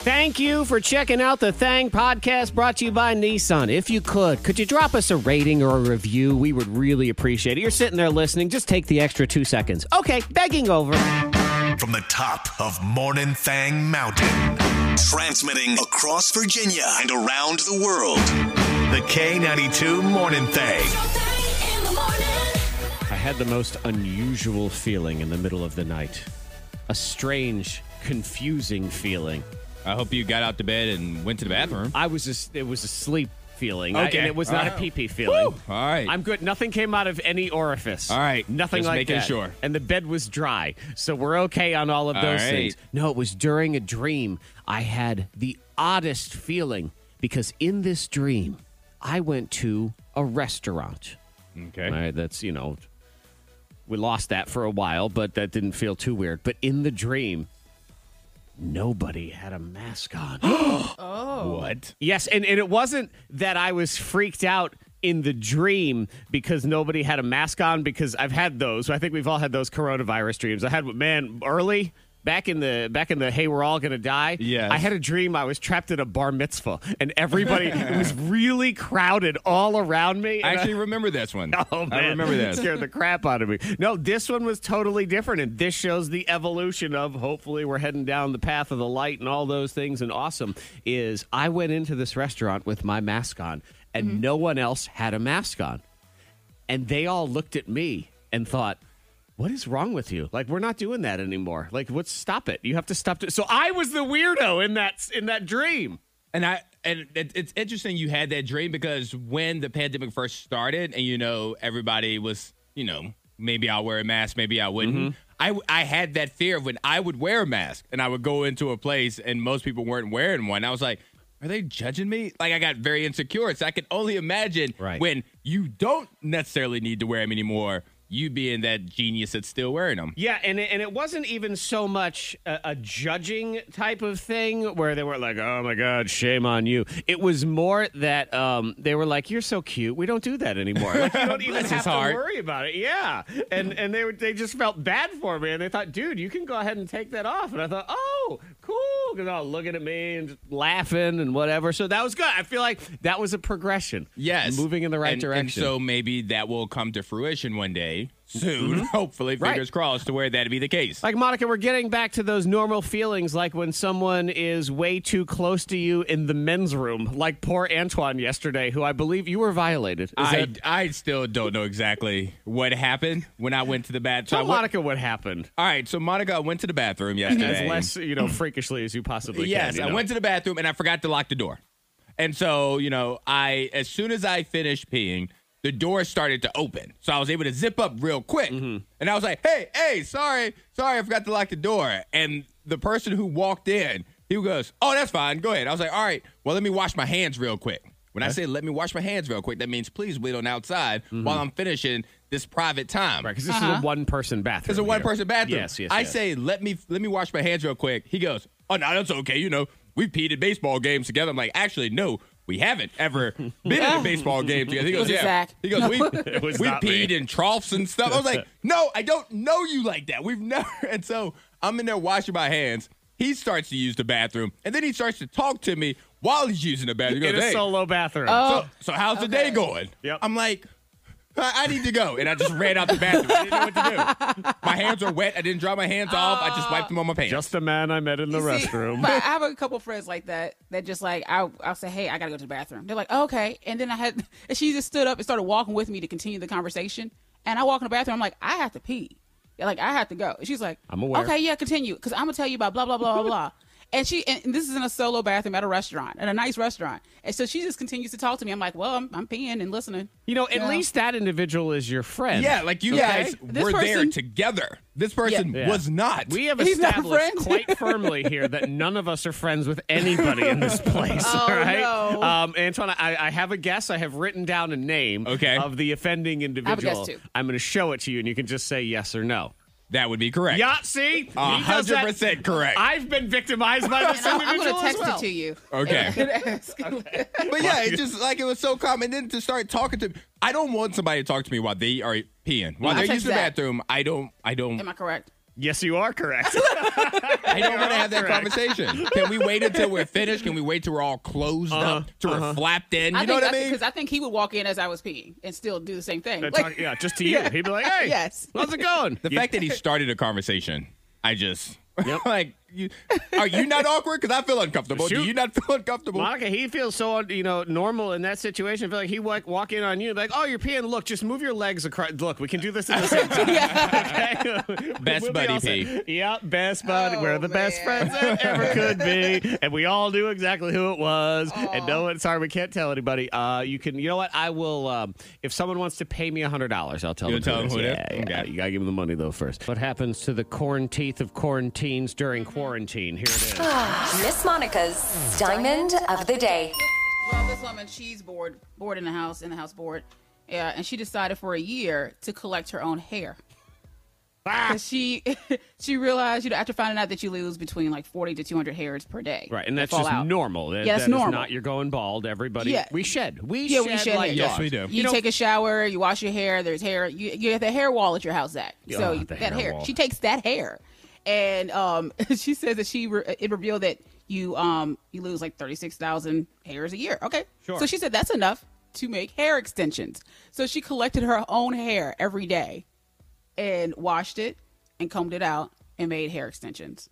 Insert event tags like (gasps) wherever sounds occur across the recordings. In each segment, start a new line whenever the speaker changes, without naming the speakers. Thank you for checking out the Thang podcast brought to you by Nissan. If you could, could you drop us a rating or a review? We would really appreciate it. You're sitting there listening, just take the extra two seconds. Okay, begging over.
From the top of Morning Thang Mountain, transmitting across Virginia and around the world. The K92 Morning Thang.
I had the most unusual feeling in the middle of the night a strange, confusing feeling.
I hope you got out to bed and went to the bathroom.
I was just, it was a sleep feeling. I-
Okay.
and it was
All
not a
right.
pee pee feeling.
Woo. All right.
I'm good. Nothing came out of any orifice.
All right.
Nothing
Just
like
making
that.
sure.
And the bed was dry. So we're okay on all of
All
those
right.
things. No, it was during a dream. I had the oddest feeling because in this dream, I went to a restaurant.
Okay.
All right, that's you know, we lost that for a while, but that didn't feel too weird. But in the dream, nobody had a mask on.
What?
yes, and, and it wasn't that I was freaked out in the dream because nobody had a mask on because I've had those. I think we've all had those coronavirus dreams. I had man early back in the back in the hey we're all gonna die
Yes.
i had a dream i was trapped at a bar mitzvah and everybody it was really crowded all around me and
I
I-
actually remember this one.
(laughs) Oh man,
I remember
It
that.
scared the crap out of me. No, this one was totally different, and this shows the evolution of. Hopefully, we're heading down the path of the light and all those things. And awesome is I went into this restaurant with my mask on, and no one else had a mask on, and they all looked at me and thought. What is wrong with you? Like we're not doing that anymore. Like what's stop it? You have to stop it. So I was the weirdo in that in that dream.
And I and it, it's interesting you had that dream because when the pandemic first started, and you know everybody was, you know, maybe I'll wear a mask, maybe I wouldn't.
Mm-hmm.
I, w- I had that fear of when I would wear a mask and I would go into a place and most people weren't wearing one. I was like, are they judging me? Like I got very insecure. So I can only imagine
Right.
when you don't necessarily need to wear them anymore, you being that genius that's still wearing them.
Yeah, and it, and it wasn't even so much a, a judging type of thing where they were like, "Oh my God, shame on you." It was more that um, they were like, "You're so cute. We don't do that anymore. Like,
(laughs)
you don't even
Bless
have
his
to
heart.
worry about it." Yeah, and and they were, they just felt bad for me, and they thought, "Dude, you can go ahead and take that off." And I thought, "Oh, cool," because all looking at me and just laughing and whatever. So that was good. I feel like that was a progression.
Yes.
moving in the right
And-
direction.
And so maybe that will come to fruition one day soon, hopefully,
Mm-hmm. Right.
fingers crossed, to where that'd be the case.
Like Monica, we're getting back to those normal feelings, like when someone is way too close to you in the men's room, like poor Antoine yesterday, who I believe you were violated. Is
I,
that-
I still don't know exactly what happened when I went to the
tell
bathroom.
Monica what happened,
all right, so Monica, I went to the bathroom yesterday.
as less you know, freakishly as you possibly
yes,
can. you
I
know.
went to the bathroom and I forgot to lock the door. And so, you know, I as soon as I finished peeing, the door started to open. So I was able to zip up real quick.
Mm-hmm.
And I was like, "Hey, hey, sorry. Sorry, I forgot to lock the door." And the person who walked in, he goes, "Oh, that's fine. Go ahead." I was like, "All right. Well, let me wash my hands real quick." When I say let me wash my hands real quick, that means please wait on outside
Mm-hmm.
while I'm finishing this private time.
because this
Uh-huh.
is a one-person bathroom.
It's a one person bathroom.
Yes, yes,
I
yes.
say, let me let me wash my hands real quick. He goes, Oh no, that's okay. You know, we've peed at baseball games together. I'm like, actually, no, we haven't
(laughs)
ever been in a baseball game together. He goes,
was
Yeah.
Zach.
He goes, We
was
we
not me.
peed in troughs and stuff. I
(laughs)
was like, No, I don't know you like that. We've never (laughs) and so I'm in there washing my hands. He starts to use the bathroom, and then he starts to talk to me while he's using the bathroom. He
in
goes,
a
"Hey,
solo bathroom.
Oh.
(laughs) so, so how's the day going?
Yep.
I'm like, I, I need to go. And I just ran out the bathroom. I didn't know what to do. My hands are wet. I didn't dry my hands off. I just wiped them on my pants.
Just a man I met in the
See,
restroom.
But I have a couple friends like that that just like I'll, I'll say, hey, I gotta go to the bathroom. They're like, "Oh, okay, and then I had (laughs) and she just stood up and started walking with me to continue the conversation. And I walk in the bathroom. I'm like, I have to pee. Yeah, like I have to go. And she's like,
I'm aware.
Okay, yeah, continue because I'm gonna tell you about blah blah blah blah blah. And she and this is in a solo bathroom at a restaurant, at a nice restaurant. And so she just continues to talk to me. I'm like, well, I'm, I'm peeing and listening.
you know, at
Yeah.
least that individual is your friend.
yeah, like you
Yeah.
guys
This
were there
person-
together. This person
Yeah.
was not.
We have
He's not
established
friends.
quite firmly here that none of us are friends with anybody in
(laughs)
this place. all right,
Oh, no.
um, Antoine, I, I have a guess. I have written down a name
Okay.
of the offending individual.
guess, too.
I'm going to show it to you, and you can just say yes or no.
that would be correct.
Yeah, see,
A
He does
Uh, hundred
that.
percent correct.
I've been victimized by
(laughs)
this
I'm, I'm
individual
gonna text
as well.
it to you.
Okay.
And ask.
but yeah, it's just like it was so common. And then to start talking to, I don't want somebody to talk to me while they are peeing, while
I'll
they're
text
using the
Zach.
bathroom. I don't. I don't.
(laughs) Am I correct?
Yes, you are
(laughs)
correct.
I don't want to have that
Correct.
conversation. Can we wait until we're finished? Can we wait till we're all closed up, till we're flapped in? You
I
know what
think
Uh-huh, I mean?
Because I think he would walk in as I was peeing and still do the same thing.
They're
Like,
talking- yeah, just to you. He'd be like, "Hey,
Yes.
how's it going?"
The fact
(laughs)
that he started a conversation, I just (laughs)
Yep.
like. You, are you not awkward? Because I feel uncomfortable. Do
Shoot.
you not feel uncomfortable?
Monica, he feels so you know normal in that situation. I feel like he walk, walk in on you and be like, "Oh, you're peeing. Look, just move your legs across. Look, we can do this at the same
(laughs)
time." okay?
Best
We'll be
buddy
all set.
pee.
Yep, best buddy.
Oh,
We're the best
man.
friends that ever could
(laughs)
be, and we all knew exactly who it was. And no, it's hard. We can't tell anybody. Uh, you can. You know what? I will. Um, if someone wants to pay me a hundred dollars, I'll tell
You'll
them.
tell
it
them
is.
who it is?
yeah, yeah.
Okay.
You gotta give them the money though first. What happens to the corn teeth of quarantines
Mm-hmm.
during quarantine? Here it is.
Miss Monica's Diamond of the Day.
Well, this woman, she's bored, bored in the house, in the house bored. Yeah, and she decided for a year to collect her own hair.
Ah!
'Cause she (laughs) she realized, you know, after finding out that you lose between like forty to two hundred hairs per day.
Right, and
that
that's
fall
just
out.
normal. That,
Yeah, that's
that is
normal.
not you're going bald. Everybody,
Yeah.
we shed. We
Yeah,
shed
we shed
like
hair.
dogs.
Yes, we do.
You,
know-
take a shower, you wash your hair. There's hair. You, you have the hair wall at your house, Zach. so
Oh, the
that
hair
hair.
wall.
She takes that hair, and um, (laughs) she says that she re- it revealed that you um you lose like thirty six thousand hairs a year. Okay,
Sure.
So she said that's enough to make hair extensions. So she collected her own hair every day, and washed it, and combed it out, and made hair extensions.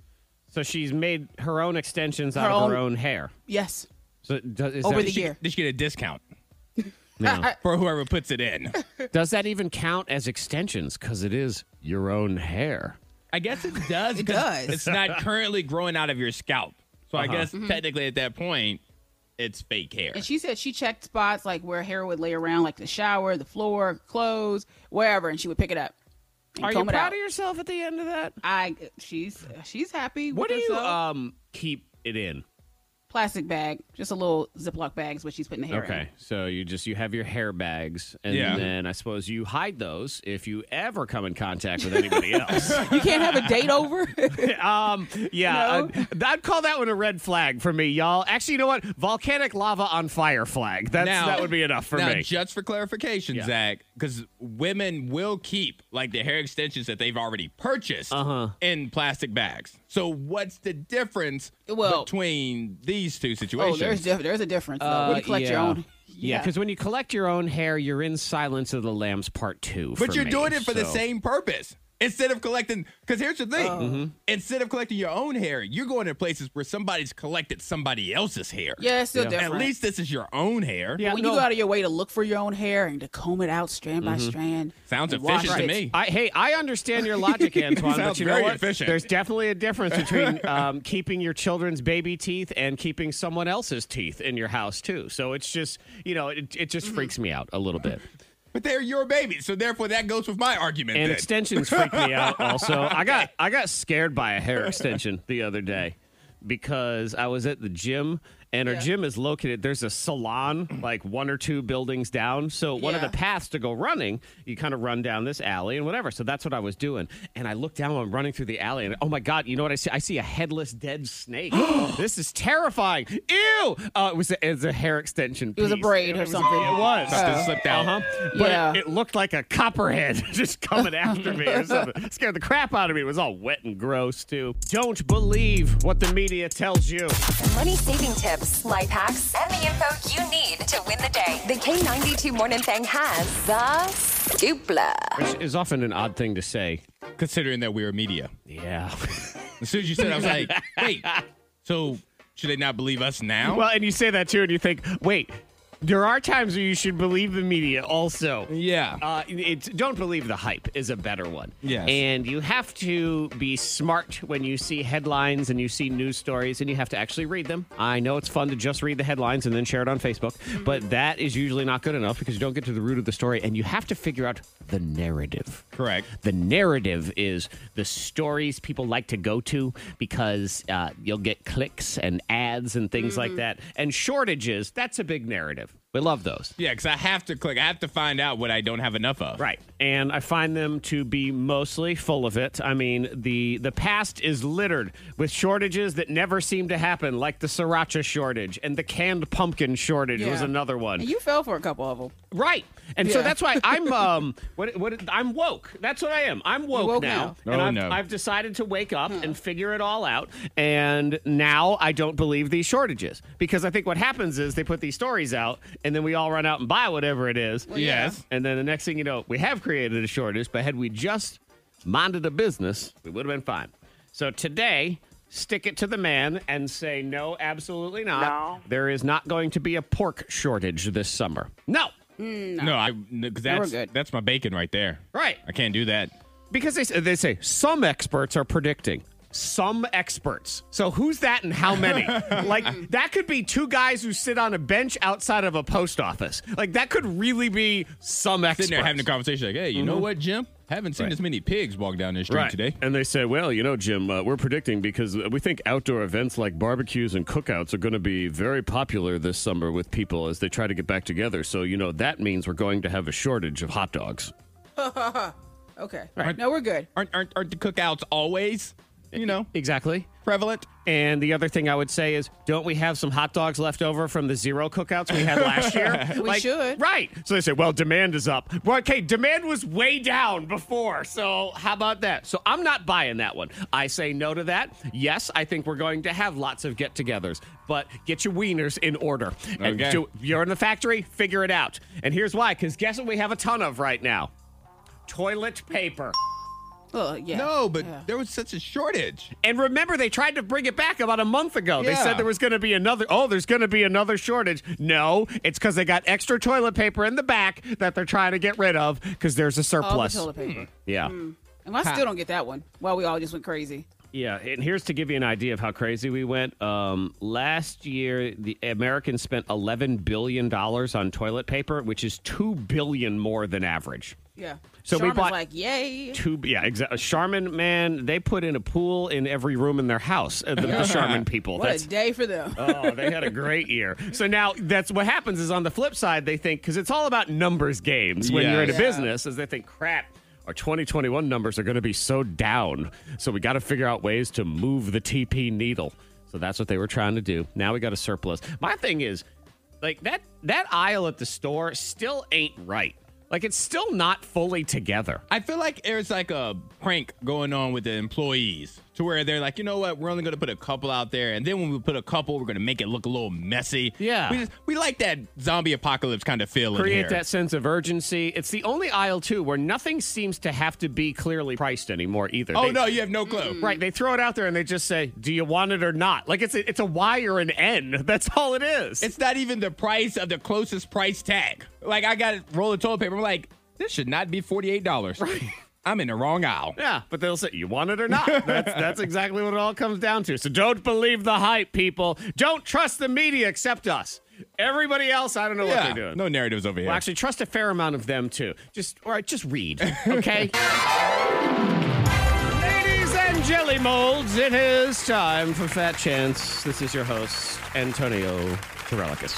So she's made her own extensions out
Her
of her
own-
own hair.
Yes,
So does, is
Over
that,
the
Did she,
year.
did she get a discount
(laughs)
No.
for whoever puts it in?
does that even count as extensions? Because it is your own hair.
(laughs) I guess (laughs) it does. It
does.
It's not currently growing out of your scalp, so
Uh-huh.
I guess technically at that point, it's fake hair.
And she said she checked spots like where hair would lay around, like the shower, the floor, clothes, wherever, and she would pick it up. And
Are you
comb it
proud
out.
of yourself at the end of that?
I she's she's happy.
What do
with
you
herself.
um keep it in?
Plastic bag, just a little Ziploc bag is what she's putting the hair in.
Okay, so you just you have your hair bags, and
Yeah.
then I suppose you hide those if you ever come in contact with (laughs) anybody else.
You can't have a
(laughs)
date over.
Um, yeah,
No?
I'd, I'd call that one a red flag for me, y'all. Actually, you know what? Volcanic lava on fire flag. That's
Now-
that would be enough for
now,
me.
just for clarification,
Yeah.
Zach, because women will keep like the hair extensions that they've already purchased
Uh-huh.
in plastic bags. So what's the difference
Well-
between these two situations?
oh, there's diff- there's a difference. Though, when you collect your
Uh, yeah.
own.
Yeah, because when you collect your own hair, you're in Silence of the Lambs Part Two.
but
for
you're
me,
doing it for the
so-
same purpose. Instead of collecting, because here's the
Oh.
thing:
Mm-hmm.
instead of collecting your own hair, you're going to places where somebody's collected somebody else's hair.
yeah, it's still
At
different.
least this is your own hair.
Yeah,
when
no,
you go out of your way to look for your own hair and to comb it out strand
Mm-hmm.
by strand.
Sounds
and wash
efficient to
it.
me.
I, hey, I understand your (laughs) logic, Antoine. but
Sounds
you know
very
what?
efficient.
There's definitely a difference (laughs) between um, keeping your children's baby teeth and keeping someone else's teeth in your house too. So it's just, you know, it, it just freaks me out a little bit.
But they're your babies, so therefore that goes with my argument.
And
then.
extensions freak me out. Also, I got I got scared by a hair extension the other day because I was at the gym. And our gym is located. There's a salon like one or two buildings down. So one
Yeah.
of the paths to go running, you kind of run down this alley and whatever. So that's what I was doing. And I look down. I'm running through the alley, and oh my god, you know what I see? I see a headless dead
(gasps)
snake. this is terrifying. Ew! Uh, it was a, it was a hair extension.
It was a braid or something. Oh.
It was.
Something slipped out.
Uh-huh. But
Yeah.
it, it looked like a copperhead (laughs) just coming after me or something. Scared the crap out of me. It was all wet and gross, too. Don't believe what the media tells you.
Money saving tips, life hacks, and the info you need to win the day. The K92 Morning Thing has the dupla.
Which is often an odd thing to say.
considering that we're media.
(laughs) Yeah.
As soon as you said, it, I was like, wait. So should they not believe us now?
well, and you say that, too, and you think, wait, there are times where you should believe the media also.
yeah.
Uh, it's don't believe the hype is a better one.
Yes.
And you have to be smart when you see headlines and you see news stories and you have to actually read them. I know it's fun to just read the headlines and then share it on Facebook, but that is usually not good enough because you don't get to the root of the story and you have to figure out the narrative.
Correct.
The narrative is the stories people like to go to because uh, you'll get clicks and ads and things like that. And shortages, that's a big narrative. We love those.
Yeah, because I have to click. I have to find out what I don't have enough of.
Right. And I find them to be mostly full of it. I mean, the the past is littered with shortages that never seem to happen, like the sriracha shortage and the canned pumpkin shortage was
Yeah.
another one.
And you fell for a couple of them.
Right. And so
Yeah.
that's why I'm um what what I'm woke. That's what I am. I'm woke,
woke
now.
now.
And
Oh,
I've,
no.
I've decided to wake up and figure it all out. And now I don't believe these shortages because I think what happens is they put these stories out and then we all run out and buy whatever it is.
Yes.
And then the next thing you know, we have created a shortage, but had we just minded a business, we would have been fine. So today, stick it to the man and say, no, absolutely not.
No.
There is not going to be a pork shortage this summer. No.
No, I because
we're
that's
good.
that's my bacon right there.
Right.
I can't do that.
Because they, they say some experts are predicting. Some experts. So who's that and how (laughs) many? like, that could be two guys who sit on a bench outside of a post office. Like, that could really be some experts.
Sitting there having a conversation like, hey, you know what, Jim? Haven't seen
Mm-hmm. Right.
as many pigs walk down this street today.
And they say, well, you know, Jim, uh, we're predicting because we think outdoor events like barbecues and cookouts are going to be very popular this summer with people as they try to get back together. So, you know, that means we're going to have a shortage of hot dogs.
Okay.
Right.
No, we're good.
Aren't, aren't aren't the cookouts always, you know,
Exactly.
prevalent?
And the other thing I would say is, don't we have some hot dogs left over from the zero cookouts we had last year?
(laughs) We should.
Right. So they say, well, demand is up. Well, okay, demand was way down before. So how about that? So I'm not buying that one. I say no to that. Yes, I think we're going to have lots of get togethers, but get your wieners in order. And
Okay.
do, you're in the factory, figure it out. And here's why because guess what we have a ton of right now? Toilet paper.
Oh, yeah.
No, but
Yeah.
there was such a shortage.
And remember, they tried to bring it back about a month ago. They
Yeah.
said there was going to be another. Oh, there's going to be another shortage. No, it's because they got extra toilet paper in the back that they're trying to get rid of because there's a
all
surplus.
Oh, the toilet Hmm. paper.
yeah.
And I still don't get that one. Well, we all just went crazy.
Yeah, and here's to give you an idea of how crazy we went. Um, last year, the Americans spent 11 billion dollars on toilet paper, which is two billion more than average.
Yeah.
So we
Charmin's
bought-
like, yay.
Two, yeah, exactly. Charmin, man, they put in a pool in every room in their house. uh, The, the Charmin people.
What a day for them.
oh, they had a great year. So now that's what happens is on the flip side, they think because it's all about numbers games when you're in a
Yes.
business, is they think crap. Our 2021 numbers are going to be so down. So we got to figure out ways to move the TP needle. So that's what they were trying to do. Now we got a surplus. My thing is, like that that aisle at the store still ain't right. Like it's still not fully together.
I feel like there's like a prank going on with the employees to where they're like, you know what, we're only going to put a couple out there. And then when we put a couple, we're going to make it look a little messy.
Yeah.
We, just, we like that zombie apocalypse kind of feel in
create
here.
that sense of urgency. It's the only aisle too where nothing seems to have to be clearly priced anymore either.
Oh,
They-
no, you have no clue.
Right, they throw it out there and they just say, "Do you want it or not?" Like it's a, it's a Y or an N. (laughs) That's all it is.
It's not even the price of the closest price tag. Like I got a roll of toilet paper. I'm like, this should not be forty eight dollars. I'm in the wrong aisle.
yeah, but they'll say, "You want it or
(laughs)
not?" That's that's exactly what it all comes down to. So don't believe the hype, people. Don't trust the media except us. Everybody else, I don't know what
Yeah,
they're doing.
no narratives over here.
Well, actually, trust a fair amount of them too. Just all right, just read, okay?
(laughs)
Ladies and jelly molds, it is time for Fat Chance. This is your host Antonio Karelikis.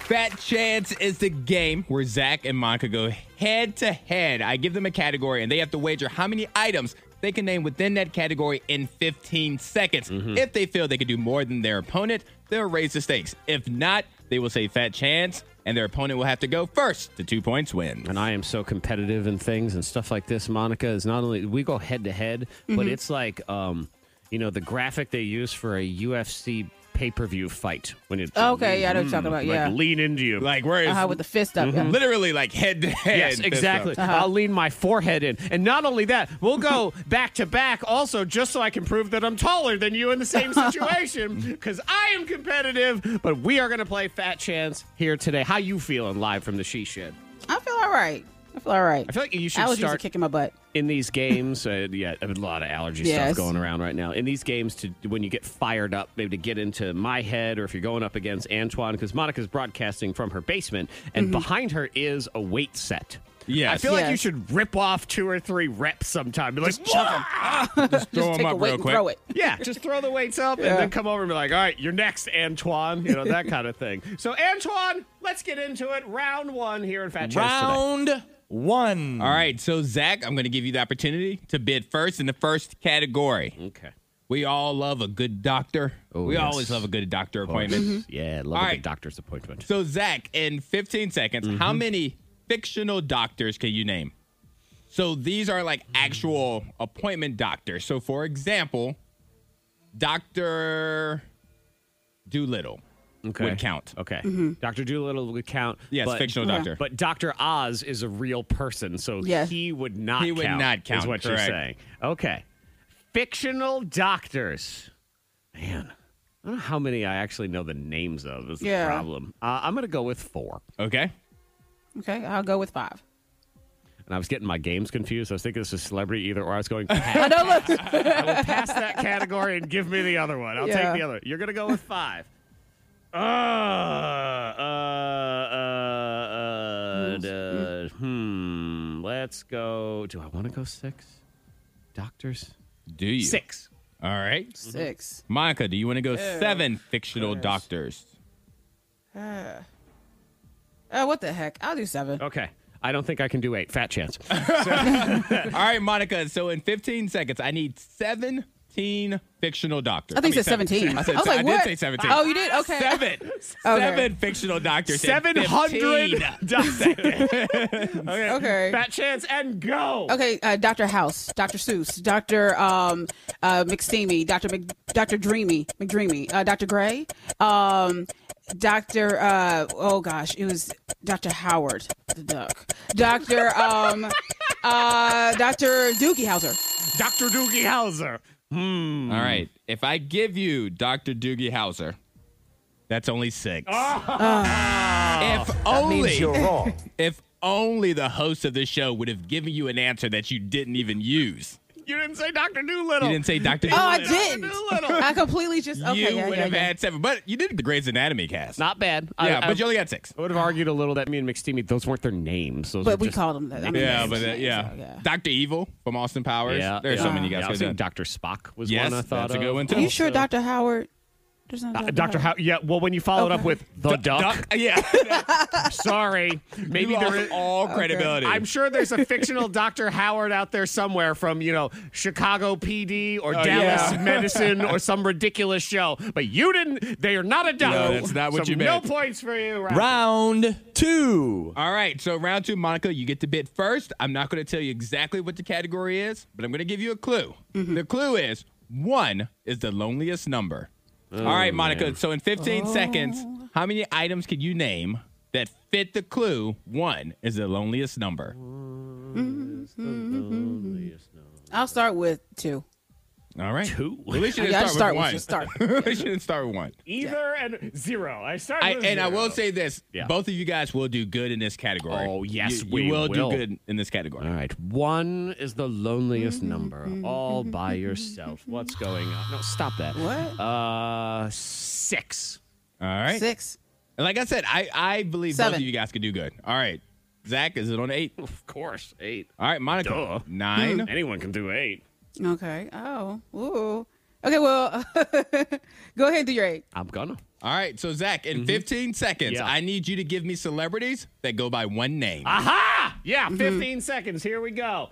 Fat Chance is the game where Zach and Monica go head to head. I give them a category and they have to wager how many items they can name within that category in 15 seconds. If they feel they can do more than their opponent, they'll raise the stakes. If not, they will say Fat Chance and their opponent will have to go first. The two points win.
And I am so competitive in things and stuff like this. Monica is not only we go head to head, but
Mm-hmm.
it's like um, you know, the graphic they use for a UFC pay per view fight when it's
Okay, yeah, I know what you're talking about.
mm-hmm. like
Yeah.
lean into you.
Like, where is Mm-hmm.
Uh-huh, with the fist up. yeah.
literally like head to head. uh,
Yes,
fist up.
exactly.
Uh-huh.
I'll lean my forehead in. And not only that, we'll
(laughs)
go back to back also just so I can prove that I'm taller than you in the
(laughs)
same situation because I am competitive. But we are going to play Fat Chance here today. How you feeling live from the She Shed?
I feel all right. I feel all right.
I feel like you should
Allergies are
start
kicking my butt.
in these games. Uh, yeah, a lot of allergy
Yes.
stuff going around right now. In these games, to when you get fired up, maybe to get into my head, or if you're going up against Antoine, because Monica's broadcasting from her basement, and behind her is a weight set.
Yes.
I feel like
Mm-hmm. Yes.
you should rip off two or three reps sometime. Be like, "Wah!"
Throw
Take
them
a
up
weight
real
and
quick.
throw it.
yeah, just throw the weights up and then come over and be like, all right, you're next, Antoine. You know, that kind of thing. So, Antoine, let's get into it. Round one here in Fat Chance today.
Round one.
All right, so Zach, I'm going to give you the opportunity to bid first in the first category.
Okay.
We all love a good doctor.
Oh,
we
yes.
always love a good doctor appointment.
Mm-hmm.
Yeah, love
All
a
right.
good doctor's appointment.
So, Zach, in 15 seconds, how
Mm-hmm.
many fictional doctors can you name? So, these are like actual appointment doctors. So, for example, Dr. Doolittle
Okay.
would count.
Okay. Dr. Doolittle would count.
Yes,
but-
fictional
Okay.
doctor.
But Dr. Oz is a real person, so
Yes.
he would not
He would
count.
not count,
Is what you're
correct.
saying. Okay. Fictional doctors. Man, I don't know how many I actually know the names of is
Yeah.
the problem. Uh, I'm going to go with four.
okay.
Okay, I'll go with five. (laughs)
And I was getting my games confused. I was thinking this is celebrity either, or I was going, pass,
I know. Look,
pass that category and give me the other one. I'll take
Yeah.
the other. You're going to go with five. Uh, uh, uh,
Mm.
uh, hmm. Let's go. Do I want to go six? Doctors?
Do you?
Six.
All right.
six.
Monica, do you want to go seven fictional doctors?
Uh, what the heck? I'll do seven.
Okay. I don't think I can do eight. Fat
(laughs)
chance.
All right, Monica. So, in 15 seconds, I need 17 fictional doctors.
I think
mean,
it's 17.
I, said,
I was like,
I
what?
did say 17.
Oh, you did? (laughs) Okay.
Seven. Seven fictional doctors. and
700
15.
(laughs)
(laughs)
doctors.
Okay.
Fat chance and go.
Okay, uh, Dr. House, Dr. Seuss, Dr. Um, uh, McSteamy, Dr. Mc, Dr. Dreamy, McDreamy, uh, Dr. Gray, um, Dr. Uh, oh gosh, it was Dr. Howard the Duck, Dr. Um, (laughs) uh, Dr. Doogie Howser.
Dr. Doogie Howser.
All right. If I give you Dr. Doogie Howser, that's only six.
Ah.
if only
wrong.
if only the host of the show would have given you an answer that you didn't even use.
You didn't say Dr. Doolittle.
You didn't say Dr.
Oh, I
Doolittle.
didn't. (laughs) I completely just okay.
you
yeah,
would
yeah,
have
yeah.
had seven, but you did the Grey's Anatomy cast.
Not bad.
yeah,
I,
but you
I,
only got six.
I would have argued a little that me and McSteamy, those weren't their names. Those were
but we
just-
called him that. I mean,
Yeah,
that's
but
his
uh,
name,
yeah.
so,
Dr. Evil from Austin Powers.
Yeah,
There's so
yeah.
many you
Yeah,
guys
I
could
was
have
thinking
done.
Dr. Spock was
Yes,
one I thought
that's a
of.
good one,
Are you
too.
sure Dr. Howard? There's no
Uh, Dr. How? Yeah. Well, when you follow it up
Okay.
with the duck,
Doc- Oh, (laughs)
(laughs)
yeah.
sorry, maybe
Maybe
there
lost
is.
all credibility.
I'm sure there's a fictional Dr. Howard out there somewhere from you know Chicago PD or Dallas
Oh, (laughs) yeah.
Medicine or some ridiculous show, but you didn't. They are not a duck.
No, that's not what
So
you
No
meant.
points for you. Ryan.
Round two.
All right, so round two, Monica, you get to bid first. I'm not going to tell you exactly what the category is, but I'm going to give you a clue. The clue is one is the loneliest number. All
Oh,
right, Monica, so in 15 seconds, how many items can you name that fit the clue? One is the loneliest number.
I'll start with two.
All right.
Two.
Well, we shouldn't
Yeah, I just
start
start
with
with
one.
just start.
we shouldn't start with one.
Either and zero. I started.
I,
with
and I
zero.
will say this:
Yeah.
both of you guys will do good in this category.
Oh, yes,
you, you
we
do
will.
good in this category.
All right. One is the loneliest number all by yourself. What's going on? No, stop that.
What?
Uh, six.
All right.
Six.
And like I said, I, I believe both
Seven.
of you guys could do good. All right. Zach, is it on eight?
Of course, eight.
All right, Monica.
Duh. Hmm.
Nine.
Anyone can do eight.
Okay. Oh. Ooh. Okay. Well, (laughs) go ahead and do your eight.
I'm gonna.
All right. So, Zach, in 15 seconds,
Yeah. Ah.
I need you to give me celebrities that go by one name.
Aha! Yeah, 15 seconds. Here we go.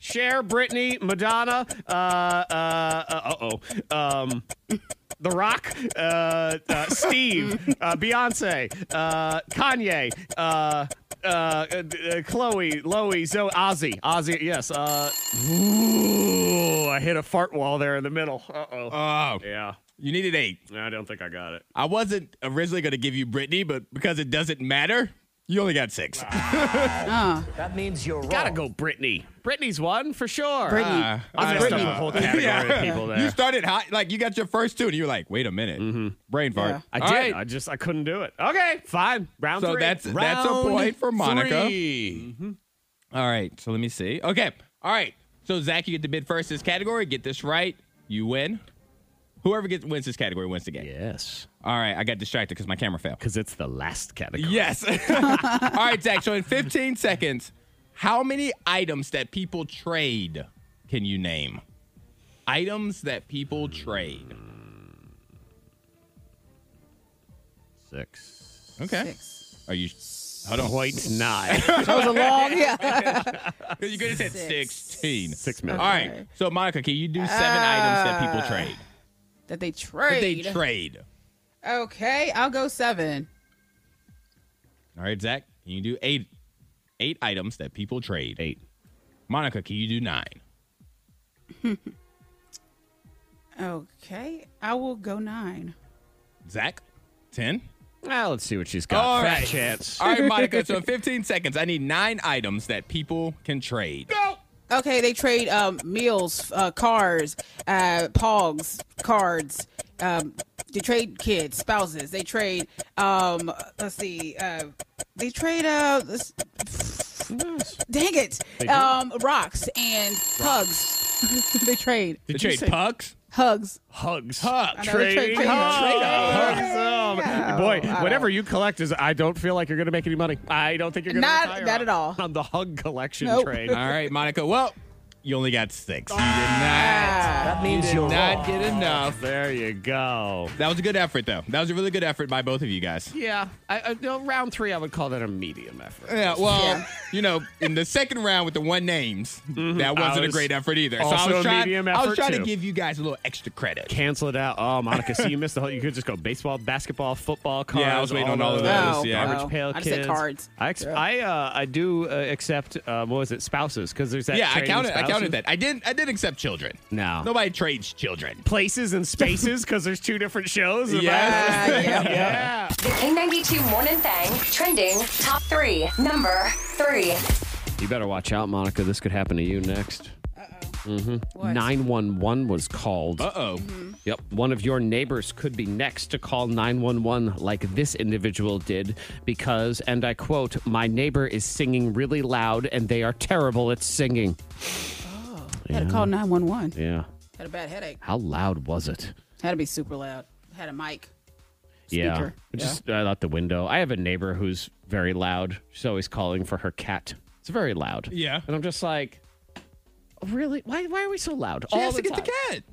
Cher, Britney, Madonna, uh, uh, uh oh, um, The Rock, uh, uh Steve, uh, Beyonce, uh, Kanye, uh, uh, uh, d- uh, Chloe, Loey, Zoe, Ozzy, Ozzy, yes, uh, ooh, I hit a fart wall there in the middle. Uh oh.
oh,
yeah,
you needed eight.
No, I don't think I got it.
I wasn't originally going to give you Brittany, but because it doesn't matter, you only got six.
That means you're wrong.
Gotta go, Britney. Britney's one for sure. Ah,
Brittany.
I messed up
Britney.
the whole category
Yeah.
of people there. Mm-hmm.
You started hot. Like, you got your first two, and you're like, wait a minute. Brain fart.
Yeah.
I
All
did.
right.
I just I couldn't do it. Okay, fine. Round
So
three.
that's that's a
Round
point for Monica.
three.
All right, so let me see. Okay, all right. So Zach, you get to bid first this category. Get this right, you win. Whoever gets wins this category wins the game.
yes,
All right, I got distracted because my
(laughs)
camera fell. (laughs)
because it's the last category.
Yes. all right, Zach. So in 15 seconds, How many items that people trade can you name? Items that people trade.
Six
Okay.
Six.
Are you? Hold on.
point nine.
That was
(laughs)
a long, yeah.
You could have said
Six.
16.
Six minutes.
All right. So, Monica, can you do seven
Uh,
items that people trade?
that they
That
trade.
They trade.
okay, I'll go seven.
All right, Zach, can you do eight? Eight items that people trade.
Eight.
Monica, can you do nine?
Okay, I will go nine.
Zach,
(laughs)
10?
(laughs) Well, let's see what she's got.
All
Fat
right.
chance.
All right, Monica. so, in 15 seconds, I need nine items that people can trade.
Okay, they trade um, meals, uh, cars, uh, pogs, cards. Um, they trade kids, spouses. They trade. Um, let's see. Uh, they trade. Uh, this, dang it. Um, rocks and hugs. (laughs) they trade
Did you
(laughs)
trade pucks?
hugs.
Hugs.
Hugs.
I know, trade-
Trading
trade-
hugs.
trade hugs.
Oh, man. Boy, whatever you collect is, I don't feel like you're going to make any money. I don't think you're going to
Not-
retire
not
on-
at all.
On the hug collection
Nope.
trade.
(laughs)
All right, Monica. Well, you only got six. You did not.
Ah, That means
Did
you're
not
wrong.
get enough.
There you go.
That was a good effort, though. That was a really good effort by both of you guys.
Yeah, I, I, no, round three, I would call that a medium effort.
Yeah, well,
Yeah.
you know, in the second round with the one names, that wasn't a
Mm-hmm. was
great effort either.
also
so I was
a
trying,
medium
I
effort,
was trying
too.
to give you guys a little extra credit.
Cancel it out. Oh, Monica, see, you missed the whole. You could just go baseball, basketball, football, cards.
Yeah, I was waiting on all of
those,
those,
yeah.
Garbage
Oh,
pail
I just
kids.
said cards.
I ex- I, uh, I do uh, accept. Uh, what was it? Spouses, because there's that.
yeah, I
trading
counted. I
spouses.
counted that. I didn't. I did accept children.
No.
nobody trades children.
Places and
(laughs)
spaces, because there's two different shows. Am I-
Yeah.
yeah.
The K92 Morning Thang trending top three. Number three.
You better watch out, Monica. This could happen to you next. Mm-hmm.
What?
Nine one one was called.
Uh oh.
Yep. One of your neighbors could be next to call 911 like this individual did because, and I quote, my neighbor is singing really loud and they are terrible at singing.
Had to call nine one one.
Yeah.
Had a bad headache.
How loud was it?
Had to be super loud. Had a mic.
Yeah.
Speaker.
Just out the window. I have a neighbor who's very loud. She's always calling for her cat. It's very loud.
Yeah.
And I'm just like, really? Why, why are we so loud?
She
All
has
the
to get
time. Mm-hmm.
the cat.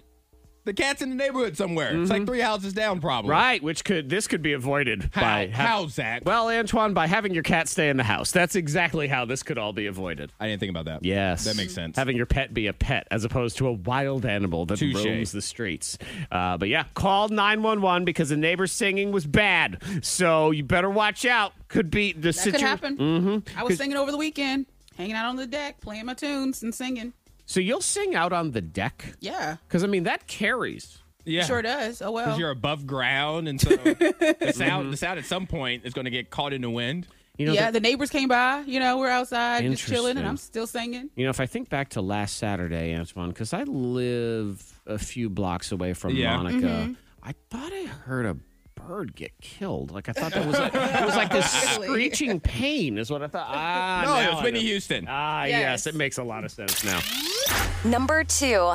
The cat's in the neighborhood somewhere. It's like three houses down, probably.
Right, which could this could be avoided
How?
by
How, Zach?
Well, Antoine, by having your cat stay in the house, that's exactly how this could all be avoided.
I didn't think about that.
Yes,
that makes sense.
Having your pet be a pet as opposed to a wild animal that
Touche.
roams the streets. Uh, but yeah, call nine one one because the neighbor's singing was bad, so you better watch out. Could be the
That could happen. I was
'Cause-
singing over the weekend, hanging out on the deck, playing my tunes and singing.
So you'll sing out on the deck
Yeah,
because I mean that carries.
yeah.
sure does. Oh well.
Because you're above
(laughs)
ground, and so the
Mm-hmm.
sound, the sound at some point is going to get caught in the wind.
You know,
yeah,
the-
the neighbors came by. You know, we're outside just
Interesting.
chilling, and I'm still singing.
You know, if I think back to last Saturday, Antoine, because I live a few blocks away from
Yeah.
Monica, I thought I heard a bird get killed. Like I thought that was like, it was like this
Really?
screeching pain is what I thought. Ah,
No,
now
it was
I
Whitney
know.
Houston.
Ah, yes.
Yes.
it makes a lot of sense now.
Number two.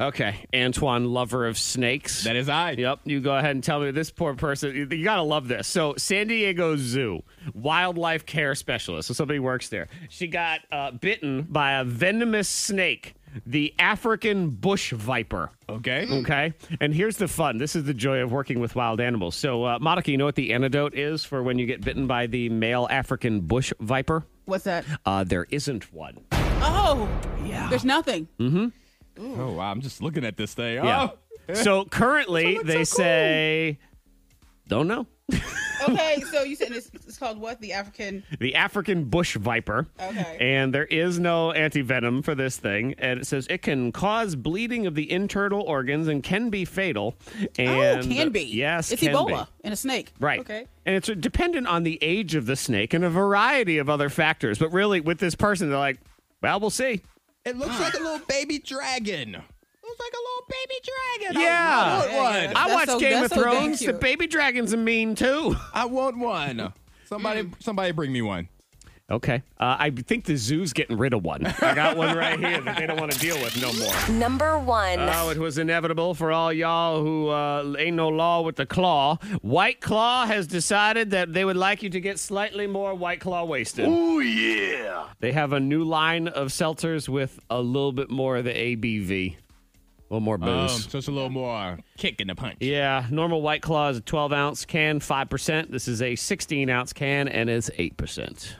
Okay, Antoine, lover of snakes.
that is I.
Yep, you go ahead and tell me this poor person. You, you gotta love this. So, San Diego Zoo wildlife care specialist. So somebody works there. She got uh, bitten by a venomous snake, the African bush viper.
Okay.
Okay, and here's the fun. This is the joy of working with wild animals. So, uh, Monica, you know what the antidote is for when you get bitten by the male African bush viper? (gasps)
What's that?
Uh, there isn't one.
Oh, yeah. There's nothing.
Mm.
Oh wow, I'm just looking at this thing.
Yeah.
Oh.
So currently, they say, don't know.
(laughs) Okay, so you said it's, it's called what? The African.
the African bush viper.
Okay.
And there is no antivenom for this thing. And it says it can cause bleeding of the internal organs and can be fatal. And
oh, can be.
Yes,
it's
can be.
Ebola and a snake.
Right.
Okay.
And it's dependent on the age of the snake and a variety of other factors. But really, with this person, they're like, well, we'll see.
It looks like a little baby dragon. Looks like a little baby dragon.
Yeah.
I want one.
Yeah, yeah.
I
That's
watch
so-
Game of
that's so dang
Thrones. the
cute.
baby dragons are mean too. (laughs) Mm.
I want one. Somebody, somebody, bring me one.
Okay. Uh, I think the zoo's getting rid of one. I got one right here that they don't want to deal with no more.
Number one.
Oh, it was inevitable for all y'all who uh, ain't no law with the claw. White Claw has decided that they would like you to get slightly more White Claw wasted.
Ooh, yeah.
They have a new line of seltzers with a little bit more of the ABV. A little more
Um,
booze.
so it's a little more kick in the punch.
yeah, normal White Claw is a 12 ounce can, 5%. This is a 16 ounce can, and it's 8%.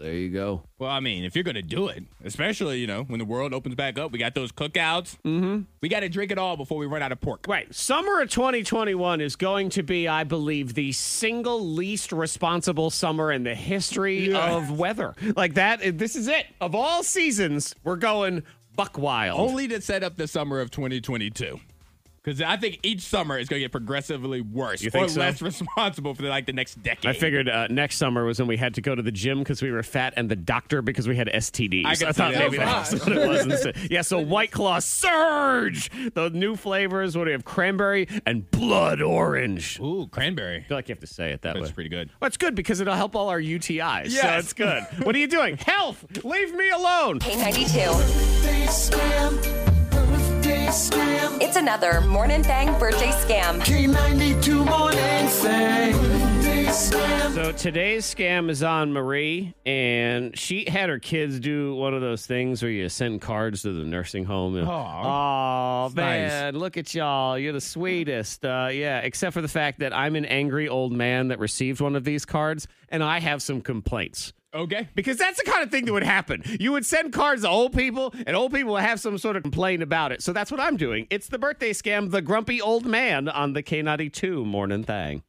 There you go.
Well, I mean, if you're gonna do it, especially you know when the world opens back up, we got those cookouts. Mm-hmm. We got to drink it all before we run out of pork.
Right. Summer of 2021 is going to be, I believe, the single least responsible summer in the history
Yeah.
of weather. Like that, this is it. Of all seasons, we're going buck wild.
Only to set up the summer of 2022. Because I think each summer is going to get progressively worse
You think
or
so?
less (laughs) responsible for like the next decade.
I figured uh, next summer was when we had to go to the gym because we were fat and the doctor because we had STDs.
I could see
thought
that.
maybe that's what it was.
(laughs)
instead. yeah, so White Claw Surge! The new flavors, what do we have? Cranberry and blood orange.
Ooh, cranberry.
feel like you have to say it that way.
That's pretty good.
Well, it's good because it'll help all our UTIs. So
Yes.
it's
(laughs)
good. what are you doing? Health! Leave me alone!
K92. It's another Morning Thang birthday scam.
K92 morning
So today's scam is on Marie, and she had her kids do one of those things where you send cards to the nursing home. And, oh, man, look at y'all. You're the sweetest. Uh, yeah, except for the fact that I'm an angry old man that received one of these cards, and I have some complaints.
Okay.
Because that's the kind of thing that would happen. You would send cards to old people, and old people would have some sort of complaint about it. So that's what I'm doing. It's the birthday scam, the grumpy old man on the K92 morning thing.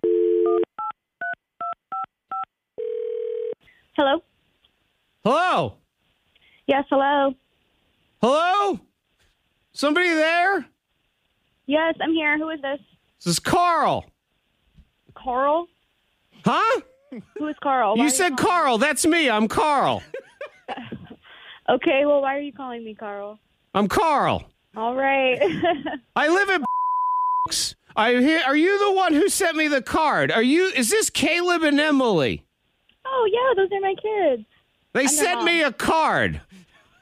Hello.
Hello.
Yes, hello.
Hello? Somebody there?
Yes, I'm here. Who is this?
This is Carl.
Carl.
Huh?
Who is Carl? Why are
you said
calling-
Carl. That's me. I'm Carl.
Okay. Well, why are you calling me Carl?
I'm Carl.
All right. (laughs)
I live in (laughs) I hear, are you the one who sent me the card? Are you is this Caleb and Emily?
oh yeah, those are my kids.
They
their
sent
mom.
me a card.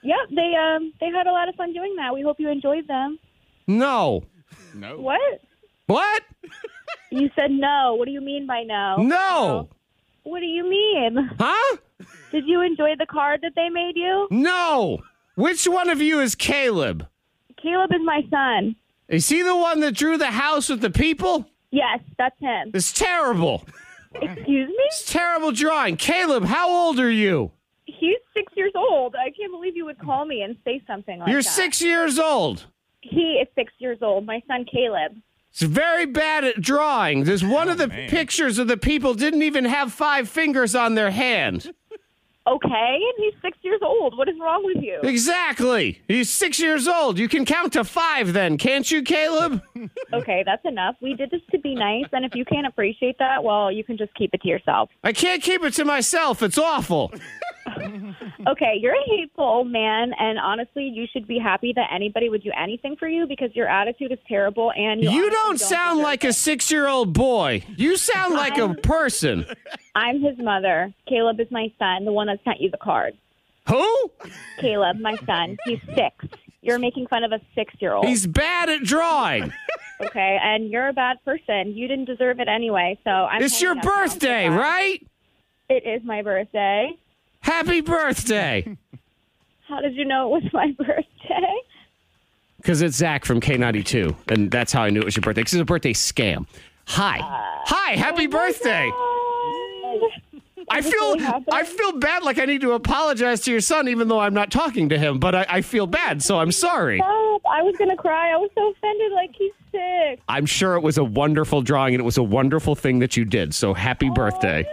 Yep. They um they had a lot of fun doing that. We hope you enjoyed them.
No.
No.
What?
What?
You said no. What do you mean by Oh, no?
No.
What do you mean?
Huh?
Did you enjoy the card that they made you?
No. Which one of you is Caleb?
Caleb is my son.
Is he the one that drew the house with the people?
Yes, that's him.
It's terrible.
Excuse me?
It's terrible drawing. Caleb, how old are you?
He's six years old. I can't believe you would call me and say something like
You're
that.
six years old.
He is six years old. My son Caleb.
It's very bad at drawing. There's one of the pictures of the people didn't even have five fingers on their hand.
Okay, and he's six years old. What is wrong with you?
Exactly. He's six years old. You can count to five then, can't you, Caleb?
Okay, that's enough. We did this to be nice, and if you can't appreciate that, well, you can just keep it to yourself.
I can't keep it to myself. It's awful.
Okay, you're a hateful old man, and honestly, you should be happy that anybody would do anything for you because your attitude is terrible. And you,
You
honestly
don't sound
deserve
like
it.
a six year old boy. You sound like
(laughs)
a person.
I'm his mother. Caleb is my son, the one that sent you the card.
Who?
Oh. Caleb, my son, he's six. You're making fun of a six-year-old.
He's bad at
(laughs)
drawing.
Okay, and you're a bad person. You didn't deserve it anyway. So I'm.
It's your
hanging up now.
birthday,
Goodbye.
right?
It is my birthday.
Happy
(laughs)
birthday.
How did you know it was (laughs) my birthday?
Because it's Zach from K92, and that's how I knew it was your birthday. Because it's a birthday scam. Hi.
Uh, oh
Hi, happy birthday. I feel
really happened?
I feel bad like I need to apologize to your son, even though I'm not talking to him, but I, I feel bad, so I'm sorry.
Stop. Oh, I was gonna cry. I was so offended. Like he's sick. (laughs)
I'm sure it was a wonderful drawing and it was a wonderful thing that you did. So
Oh,
happy birthday.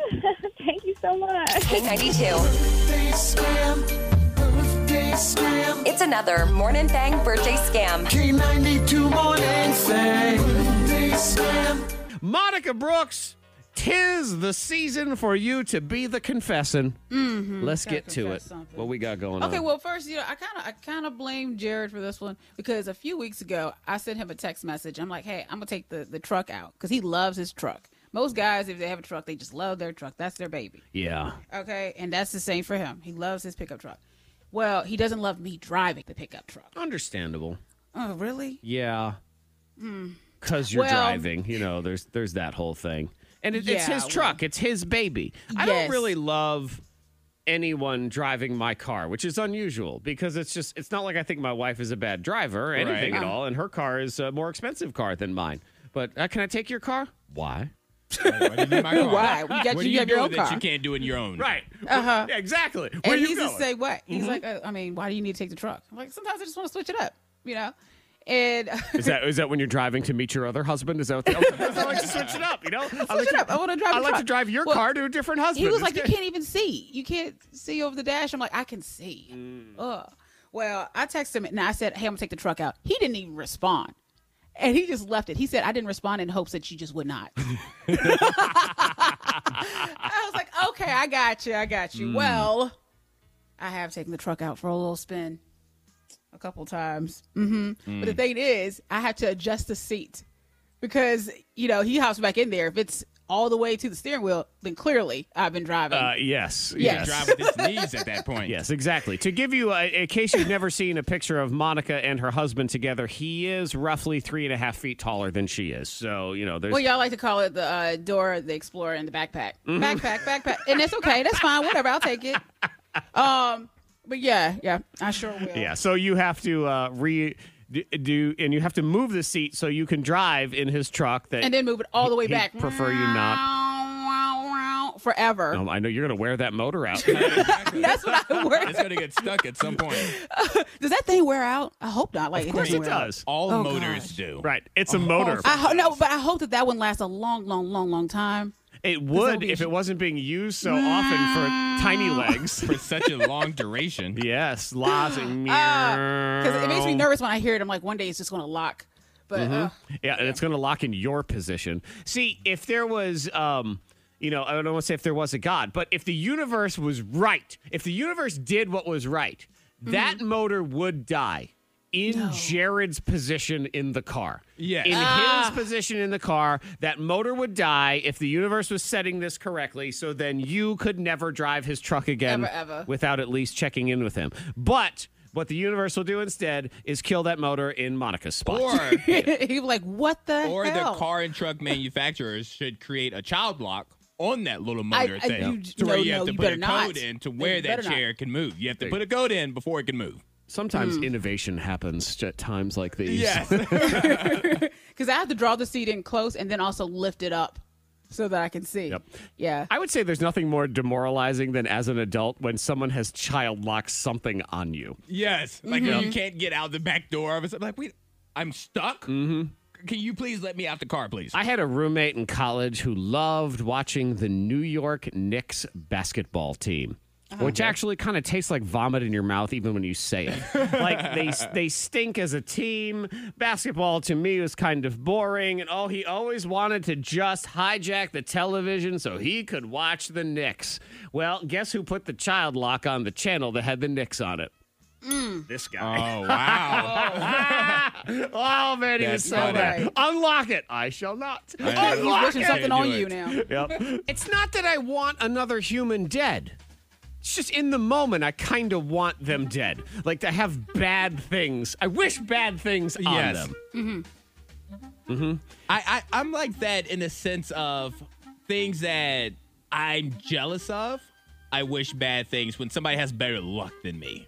Thank you so much.
K92. It's another Morning Thang birthday scam.
K92 morning slam.
Monica Brooks, tis the season for you to be the confessing. Let's get to it.
Mm-hmm. confess something.
What we got going on?
Okay, well, first, you know, I kind of, I kind of blame Jared for this one because a few weeks ago, I sent him a text message. I'm like, hey, I'm gonna take the the truck out because he loves his truck. Most guys, if they have a truck, they just love their truck. That's their baby.
Yeah.
Okay. And that's the same for him. He loves his pickup truck. Well, he doesn't love me driving the pickup truck.
Understandable.
Oh, really?
Yeah. Because you're
Hmm. Well-
driving, you know, there's there's that whole thing. And it, it's
Yeah,
his
well-
truck, it's his baby. I don't
Yes.
really love anyone driving my car, which is unusual because it's just, it's not like I think my wife is a bad driver or anything
Right.
Uh-huh.
at all. And her car is a more expensive car than mine. But uh, can I take your car? Why?
(laughs) Why? We
What
got you,
do
you
you
have
do
your own
that
car.
you can't do in your own?
(laughs)
Right. Uh-huh. exactly. Where
and
you
he's
going? Mm-hmm.
just say what? He's like, uh, I mean, why do you need to take the truck? I'm like, sometimes I just want to switch it up, you know. And (laughs)
Is that is that when you're driving to meet your other husband? Is that what (laughs) the, I like to switch it up, you know? I like
switch it up. I want to drive.
I
the
like to
truck.
drive your
Well,
car to a different husband.
He was
It's
like, you
good.
can't even see. You can't see over the dash. I'm like, I can see. Ugh. Well, I texted him and I said, hey, I'm gonna take the truck out. He didn't even respond. And he just left it. He said, I didn't respond in hopes that you just would not. (laughs) I was like, okay, I got you. I got you. Well, I have taken the truck out for a little spin a couple times. hmm But the
Mm.
thing is, I had to adjust the seat because, you know, he hops back in there. If it's all the way to the steering wheel, then clearly I've been driving.
Uh, yes.
Yes.
Drive with his knees at that point.
Yes, exactly. To give you, a, in case you've never seen a picture of Monica and her husband together, he is roughly three and a half feet taller than she is. So you know, there's
well, y'all like to call it the uh, door, the explorer, and the backpack.
Mm-hmm.
Backpack, backpack. And it's okay. That's fine. Whatever. I'll
(laughs)
take it. Um, But yeah, yeah, I sure will.
yeah. So you have to uh, re d- do, and you have to move the seat so you can drive in his truck. That
And then move it all the way
He'd
back.
prefer you not.
Forever.
Um, I know you're gonna wear that motor
(laughs)
out.
That's what (laughs) I work.
It's going to get stuck at some point.
(laughs) Does that thing wear out? I hope not. Like, of
course
doesn't
it
wear out.
does.
All
Oh,
motors
gosh.
do.
right. It's
Oh,
a
(laughs)
motor.
I ho- no, but I hope that that one lasts a long, long, long, long time.
It would
be-
if it wasn't being used so often for tiny legs.
(laughs)
For such a long duration.
Yes, lots of
Because Ah, it makes me nervous when I hear it. I'm like, one day it's just going to lock. But uh,
Yeah, and it's going to lock in your position. See, if there was, um, you know, I don't want to say if there was a God, but if the universe was right, if the universe did what was right, that motor would die in Jared's position in the car.
Yes.
In his position in the car, that motor would die if the universe was setting this correctly. So then you could never drive his truck again
Ever, ever.
without at least checking in with him. But. What the universe will do instead is kill that motor in Monica's spot.
(laughs)
Or
he was uh, like, what the
or
hell?
the car and truck manufacturers should create a child lock on that little
I-
motor
I-
thing
you-
to where
no,
you have
no,
to
you
put a
better not.
code in to
You
where that
better not.
chair can move. You have to put a code in before it can
(laughs)
move.
Sometimes innovation happens at times like these.
Because I have to draw the seat in close and then also lift it up so that I can see.
Yep.
Yeah.
I would say there's nothing more demoralizing than as an adult when someone has child locked something on you.
(laughs) yes. Like
Mm-hmm.
you can't get out the back door of it. Like wait, I'm stuck.
Mm-hmm.
Can you please let me out the car, please?
I had a roommate in college who loved watching the New York Knicks basketball team. Which actually kind of tastes like vomit in your mouth, even when you say it. like they they stink as a team. Basketball to me was kind of boring, and oh, he always wanted to just hijack the television so he could watch the Knicks. Well, guess who put the child lock on the channel that had the Knicks on it? This guy.
oh
(laughs)
wow.
Oh man, he was so
That's funny.
bad. Unlock it. I shall not.
I know.
Oh, He's
Unlock
wishing
it.
something
do
on
it.
you now.
Yep. it's not that I want another human dead. It's just in the moment I kind of want them dead. Like to have bad things. I wish bad things on
Yes.
them.
I, I I'm like that in a sense of things that I'm jealous of. I wish bad things when somebody has better luck than me.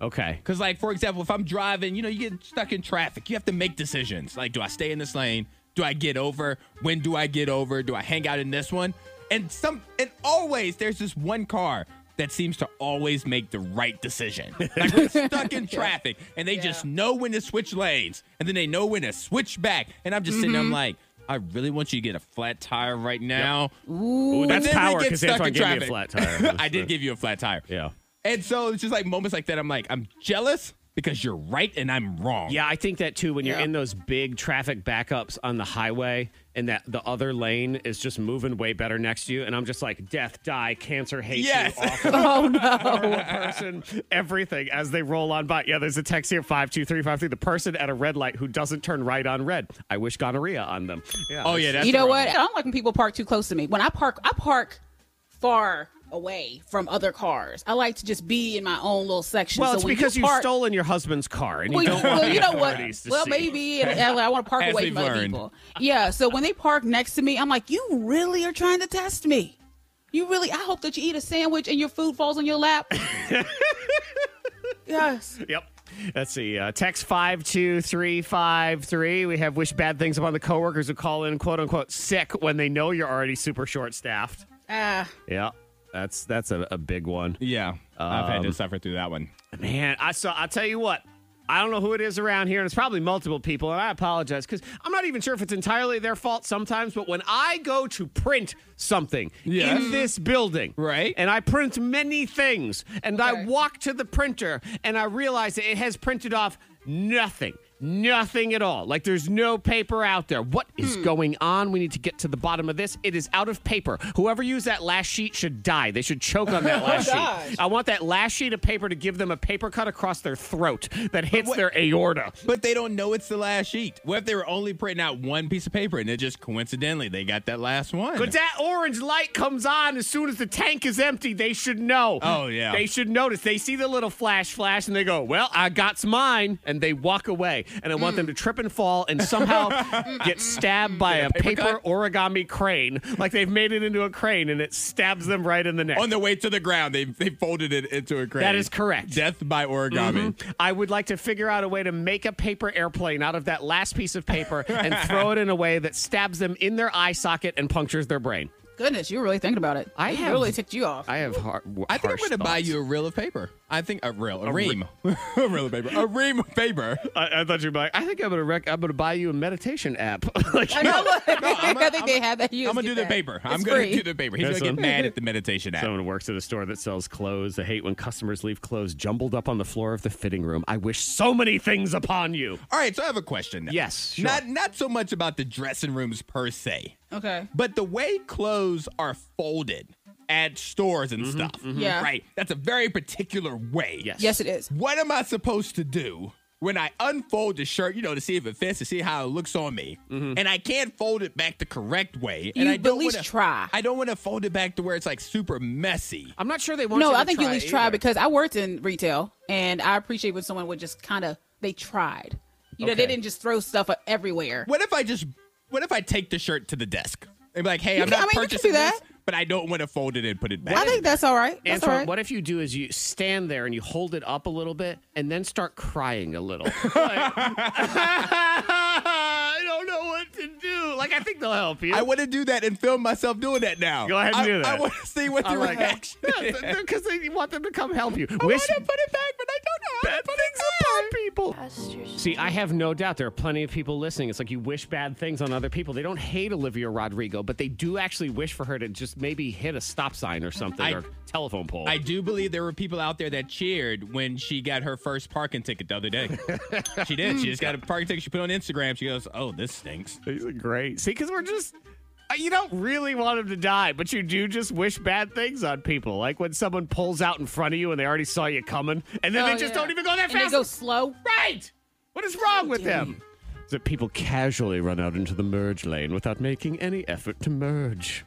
Okay.
Because, like, for example, if I'm driving, you know, you get stuck in traffic. You have to make decisions. Like, do I stay in this lane? Do I get over? When do I get over? Do I hang out in this one? And some, and always there's this one car that seems to always make the right decision. Like,
(laughs)
we're stuck in traffic and they just know when to switch lanes and then they know when to switch back. And I'm just sitting there,
Mm-hmm.
I'm like, I really want you to get a flat tire right now.
Ooh,
But
that's
then they
power
get
because
stuck
Antoine
in
gave me a
traffic. (laughs)
flat tire.
I did give you a flat tire.
Yeah.
And so it's just like moments like that. I'm like, I'm jealous, because you're right and I'm wrong.
Yeah, I think that too. When you're
Yeah.
in those big traffic backups on the highway, and that the other lane is just moving way better next to you, and I'm just like, death, die, cancer, hate
Yes.
you, awful,
Oh no.
horrible person, everything as they roll on by. Yeah, there's a text here five two three five three. The person at a red light who doesn't turn right on red. I wish gonorrhea on them. Yeah,
Oh yeah, that's
you know
the
what?
wrong
I don't like when people park too close to me. When I park, I park far away from other cars. I like to just be in my own little section.
Well,
So
it's
when
because
you
you've
park,
stolen your husband's car, and you
Well,
don't
you,
want
well,
the
you know what?
authorities to
Well,
see.
maybe in LA, I want to park
As
away
we've
from other
learned.
people. Yeah. So when they park next to me, I'm like, you really are trying to test me. You really? I hope that you eat a sandwich and your food falls on your lap. yes.
Yep. Let's see. Uh, text 52353. We have wish bad things upon the coworkers who call in quote unquote sick when they know you're already super short staffed.
Ah.
Yeah. That's that's a, a big one.
Yeah, I've had to suffer through that one.
Man, I saw I'll tell you what. I don't know who it is around here, and it's probably multiple people, and I apologize because I'm not even sure if it's entirely their fault sometimes. But when I go to print something
Yes.
in this building,
Right.
and I print many things, and I walk to the printer, and I realize that it has printed off nothing. Nothing at all. Like there's no paper out there. What is going on? We need to get to the bottom of this. It is out of paper. Whoever used that last sheet should die. They should choke on that last sheet. I want that last sheet of paper to give them a paper cut across their throat that hits
what-
their aorta.
But they don't know it's the last sheet. What if they were only printing out one piece of paper and it just coincidentally they got that last one?
But that orange light comes on as soon as the tank is empty. They should know.
Oh, yeah.
They should notice. They see the little flash flash and they go, Well, I got's mine. And they walk away. And I want them to trip and fall and
(laughs)
somehow get stabbed by a paper, origami crane. Like they've made it into a crane and it stabs them right in the neck.
On their way to the ground, they they folded it into a crate.
That is correct.
Death by origami.
I would like to figure out a way to make a paper airplane out of that last piece of
(laughs)
paper and throw it in a way that stabs them in their eye socket and punctures their brain.
Goodness, you were really thinking about it.
I
It
have-
really ticked you off.
I have hard.
I think I'm going to buy you a reel of paper. I think a reel, a, ream, (laughs) a reel of paper, a ream of paper.
I, I thought you were like, I think I'm gonna rec- I'm gonna buy you a meditation app. (laughs) Like-
(laughs) I know.
I'm
I think they had that.
I'm gonna do the paper. I'm
going
gonna do the paper. He's
That's
gonna get
one.
mad at the meditation app.
Someone who works at a store that sells clothes. I hate when customers leave clothes jumbled up on the floor of the fitting room. I wish so many things upon you.
All right, so I have a question. now.
Yes, sure.
Not not so much about the dressing rooms per se,
Okay.
but the way clothes are folded at stores and stuff.
Yeah.
Right. That's a very particular way.
Mm-hmm, Yes.
Yes, it is.
What am I supposed to do when I unfold the shirt, you know, to see if it fits, to see how it looks on me,
Mm-hmm.
and I can't fold it back the correct way? and
You
I
at
don't
least
wanna-
try.
I don't want to fold it back to where it's like super messy.
I'm not sure they want.
No,
you to
I think you at least try
either.
because I worked in retail and I appreciate when someone would just kind of they tried. You know, they
Okay.
didn't just throw stuff everywhere.
What if I just what if I take the shirt to the desk and be like, hey,
You
I'm not
can- I mean, you can do
purchasing
that.
this, but I don't want to fold it and put it back.
I think that's all right. That's all
Antoine,
right.
what if you do is you stand there and you hold it up a little bit and then start crying a (laughs) little? Like, I don't know what to do. Like, I think they'll help you.
I want to do that and film myself doing that now.
Go ahead and
I,
do that.
I want to
(laughs)
see what the
I'm like,
reaction is.
because they want them to come help you.
I
Wish
want to put it back, but I don't know. how to
bad
put it
things upon people. See, I have no doubt there are plenty of people listening. It's like you wish bad things on other people. They don't hate Olivia Rodrigo, but they do actually wish for her to just maybe hit a stop sign or something
I-
or telephone pole.
I do believe there were people out there that cheered when she got her first parking ticket the other day. she did. She just got a parking ticket. She put it on Instagram. She goes, "Oh, this stinks."
These are great. See, because we're just. uh, You don't really want them to die, but you do just wish bad things on people. Like when someone pulls out in front of you and they already saw you coming, and then
Oh,
they just
yeah.
don't even go that
And they
fast.
go slow.
right? What is wrong with them? Is that people casually run out into the merge lane without making any effort to merge?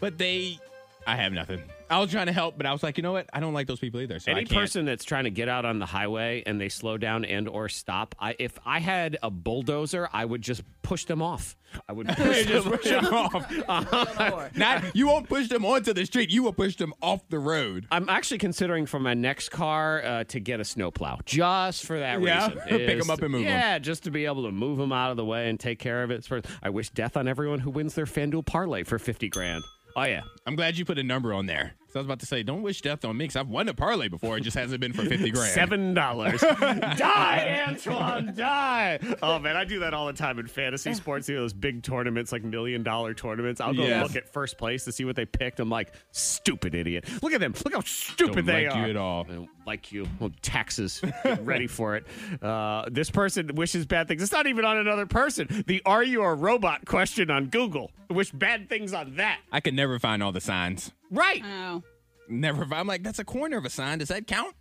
But they, I have nothing. I was trying to help, but I was like, you know what? I don't like those people either. So I
Any
can't.
person that's trying to get out on the highway and they slow down and or stop, I if I had a bulldozer, I would just push them off. I
(laughs)
would push
just
them
push them off. (laughs) Not you won't push them onto the street. You will push them off the road.
I'm actually considering for my next car uh, to get a snowplow just for that
Yeah?
reason.
(laughs) Pick 'em
is-
up and move 'em.
Yeah, just to be able to move them out of the way and take care of it. First, I wish death on everyone who wins their FanDuel parlay for 50 grand. Oh, yeah.
I'm glad you put a number on there. So I was about to say, don't wish death on me because I've won a parlay before. It just hasn't been for 50 grand.
Seven
(laughs)
dollars. die, Antoine, die. Oh man, I do that all the time in fantasy sports. You know those big tournaments, like million dollar tournaments. I'll go
Yes.
look at first place to see what they picked. I'm like, stupid idiot. Look at them. Look how stupid
Don't
they
like
are.
you at all.
I don't like you. Well, taxes. Get ready for it. Uh, this person wishes bad things. It's not even on another person. The are you a robot question on Google. Wish bad things on that.
I could never find all the signs.
Right.
(laughs) Oh.
Never. fi- I'm like, that's a corner of a sign. Does that count?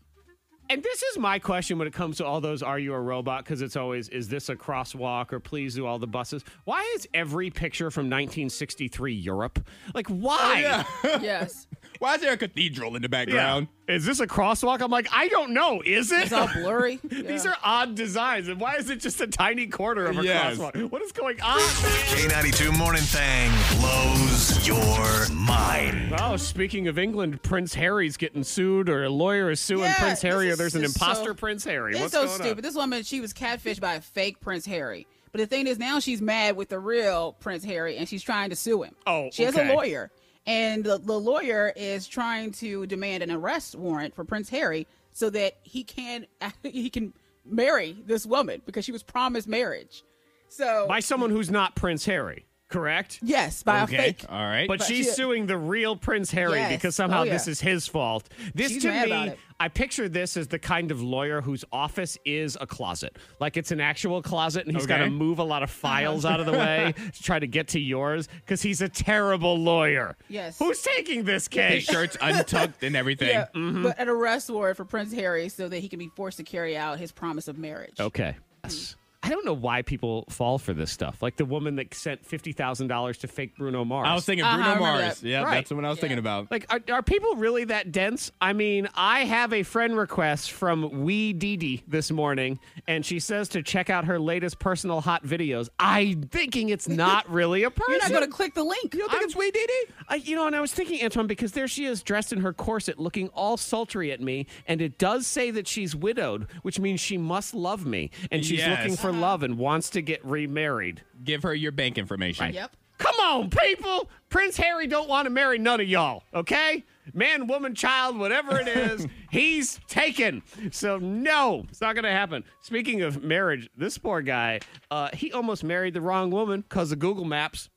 And this is my question when it comes to all those "Are you a robot?" because it's always "Is this a crosswalk?" or "Please do all the buses." Why is every picture from 1963 Europe? Like,
Oh,
why?
Yes.
Why is there a cathedral in the background?
Is this a crosswalk? I'm like, I don't know. Is it? (laughs)
It's all (laughs) blurry.
These
Yeah.
are odd designs, and why is it just a tiny corner of a
Yes.
crosswalk? What is going on?
K92 Morning Thing blows your mind.
Oh, speaking of England, Prince Harry's getting sued, or a lawyer is suing
Yeah,
Prince Harry,
this
or there's
is
an
just
imposter
so-
Prince Harry.
It's
What's
so
going
stupid. This woman, she was catfished by a fake Prince Harry. But the thing is, now she's mad with the real Prince Harry, and she's trying to sue him.
Oh,
she has
okay.
a lawyer, and the, the lawyer is trying to demand an arrest warrant for Prince Harry so that he can (laughs) he can marry this woman because she was promised marriage. So
On? By someone who's not Prince Harry, correct?
yes, by
Okay.
a fake.
All right.
But
But
she's
she-
suing the real Prince Harry
Yes.
because somehow
Oh, yeah.
this is his fault. This
She's
to
mad about
me,
it.
I picture this as the kind of lawyer whose office is a closet. Like it's an actual closet and he's got to
Okay.
move a
Uh-huh.
lot of files out of the
(laughs)
way to try to get to yours because he's a terrible lawyer.
Yes.
Who's taking this
his
case?
shirt's (laughs) untucked and everything.
Yeah, but an arrest warrant for Prince Harry so that he can be forced to carry out his promise of marriage.
Okay. Yes. I don't know why people fall for this stuff. Like the woman that sent $50,000 to fake Bruno Mars.
I was thinking
Uh-huh,
Bruno
I remember
Mars.
that.
Yeah,
Right.
that's what I was thinking about.
Like, are, are people really that dense? I mean, I have a friend request from Wee Dee Dee this morning, and she says to check out her latest personal hot videos. I'm thinking it's
(laughs)
not really a person.
You're not going to click the link.
I think it's Wee Dee Dee.
I, you know, and I was thinking, Antoine, because there she is dressed in her corset, looking all sultry at me, and it does say that she's widowed, which means she must love me, and she's
Yes.
looking for love and wants to get remarried.
Give her your bank information.
Yep.
Come on, people. Prince Harry don't want to marry none of y'all, okay? Man, woman, child, whatever it is, he's taken. So no, it's not going to happen. Speaking of marriage, this poor guy, uh, he almost married the wrong woman because of Google Maps.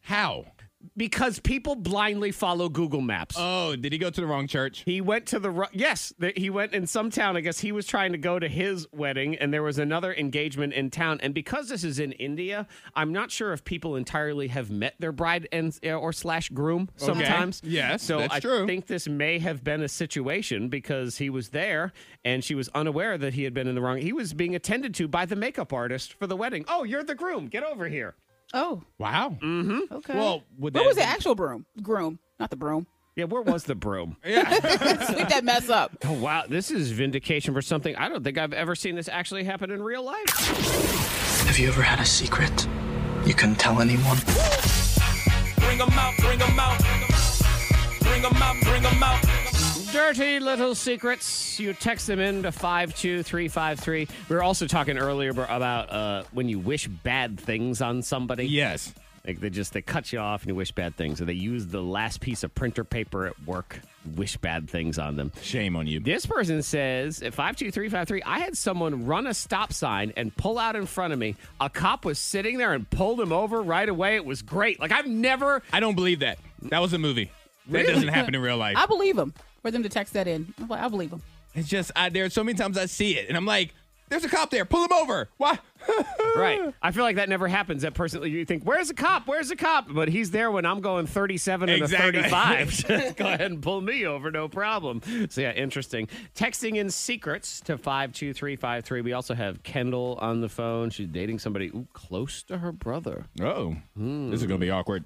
How?
Because people blindly follow Google Maps.
Oh, did he go to the wrong church?
He went to the ru- yes. The, he went in some town. I guess he was trying to go to his wedding, and there was another engagement in town. And because this is in India, I'm not sure if people entirely have met their bride and uh, or slash groom sometimes.
Yes,
so
that's
I
true.
think this may have been a situation because he was there and she was unaware that he had been in the wrong. He was being attended to by the makeup artist for the wedding. Oh, you're the groom. Get over here.
Oh,
Wow.
okay.
Well, would
what
that
was the
have
actual broom? Groom, not the
(laughs)
broom.
Yeah, where was the broom?
Sweep that mess up.
oh, wow. This is vindication for something I don't think I've ever seen this actually happen in real life.
Have you ever had a secret you couldn't tell anyone?
Bring 'em out, bring 'em out. Bring 'em out, bring 'em out.
Dirty little secrets. You text them in to 52353. We were also talking earlier ab- about uh, when you wish bad things on somebody.
Yes.
Like they just they cut you off and you wish bad things. Or they use the last piece of printer paper at work, wish bad things on them.
Shame on you.
This person says at 52353, I had someone run a stop sign and pull out in front of me. A cop was sitting there and pulled him over right away. It was great. Like I've never
I don't believe that. That was a movie. That doesn't happen in real life.
I believe him. For them to text that in, I'm like, I believe him.
it's just I, there are so many times I see it and I'm like, there's a cop there. Pull him over. Why? (laughs)
Right. I feel like that never happens. That person, you think, where's the cop? Where's the cop? But he's there when I'm going 37 and
Exactly.
a 35. (laughs) Just go ahead and pull me over, no problem. So, yeah, interesting. Texting in secrets to 52353. We also have Kendall on the phone. She's dating somebody ooh, close to her brother.
Oh,
Hmm.
this is gonna be awkward.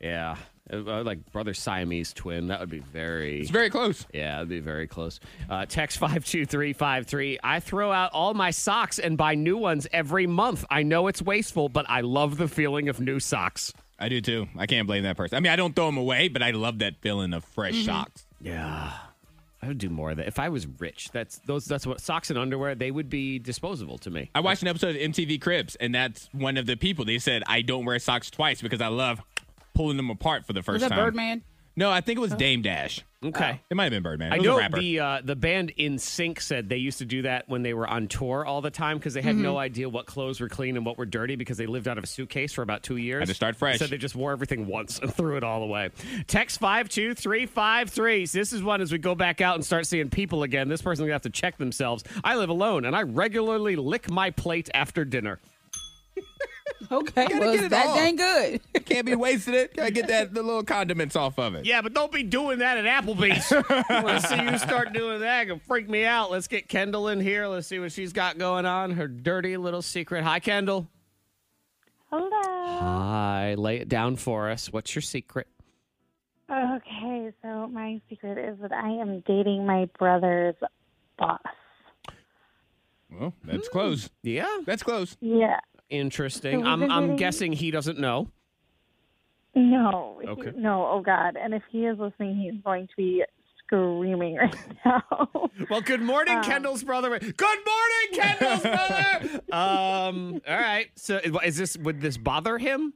Yeah. Uh, uh, Like brother Siamese twin. That would be very.
It's very close.
Yeah, that'd be very close. Uh, text 52353. I throw out all my socks and buy new ones every month. I know it's wasteful, but I love the feeling of new socks.
I do too. I can't blame that person. I mean, I don't throw them away, but I love that feeling of fresh
Mm-hmm.
socks.
Yeah. I would do more of that. If I was rich, that's those that's what socks and underwear, they would be disposable to me.
I watched an episode of MTV Cribs, and that's one of the people. They said, "I don't wear socks twice because I love pulling them apart for the first
Was that
time."
Birdman?
No, I think it was Dame Dash.
Okay.
It might have been Birdman.
Oh. Mm. I
It was a
know
rapper.
the uh, the band In Sync said they used to do that when they were on tour all the time because they had no idea what clothes were clean and what were dirty because they lived out of a suitcase for about two years.
Had to start fresh.
So they just wore everything once and (laughs) threw it all away. Text five two three five three. This is one as we go back out and start seeing people again. This person's gonna have to check themselves. I live alone and I regularly lick my plate after dinner.
Okay,
gotta
well,
get it
it's that
all.
dang good.
It can't be wasted. It gotta
(laughs)
get that the little condiments off of it.
Yeah, but don't be doing that at (laughs) Applebee's. I want to see you start doing that. It'll freak me out. Let's get Kendall in here. Let's see what she's got going on. Her dirty little secret. Hi, Kendall.
Hello.
Hi. Lay it down for us. What's your secret?
Okay, so my secret is that I am dating my brother's boss.
Mm.
Well, that's close.
Yeah.
That's close.
Yeah. So
Interesting.
we've
I'm,
been
I'm
(laughs)
dating-
guessing he doesn't know.
No. he-
Okay.
no, oh God. And if he is listening, he's going to be screaming right (laughs) now.
Well, good
Uh.
morning, Kendall's brother. Good morning, Kendall's brother. (laughs) um, all right. So is this, would this bother him?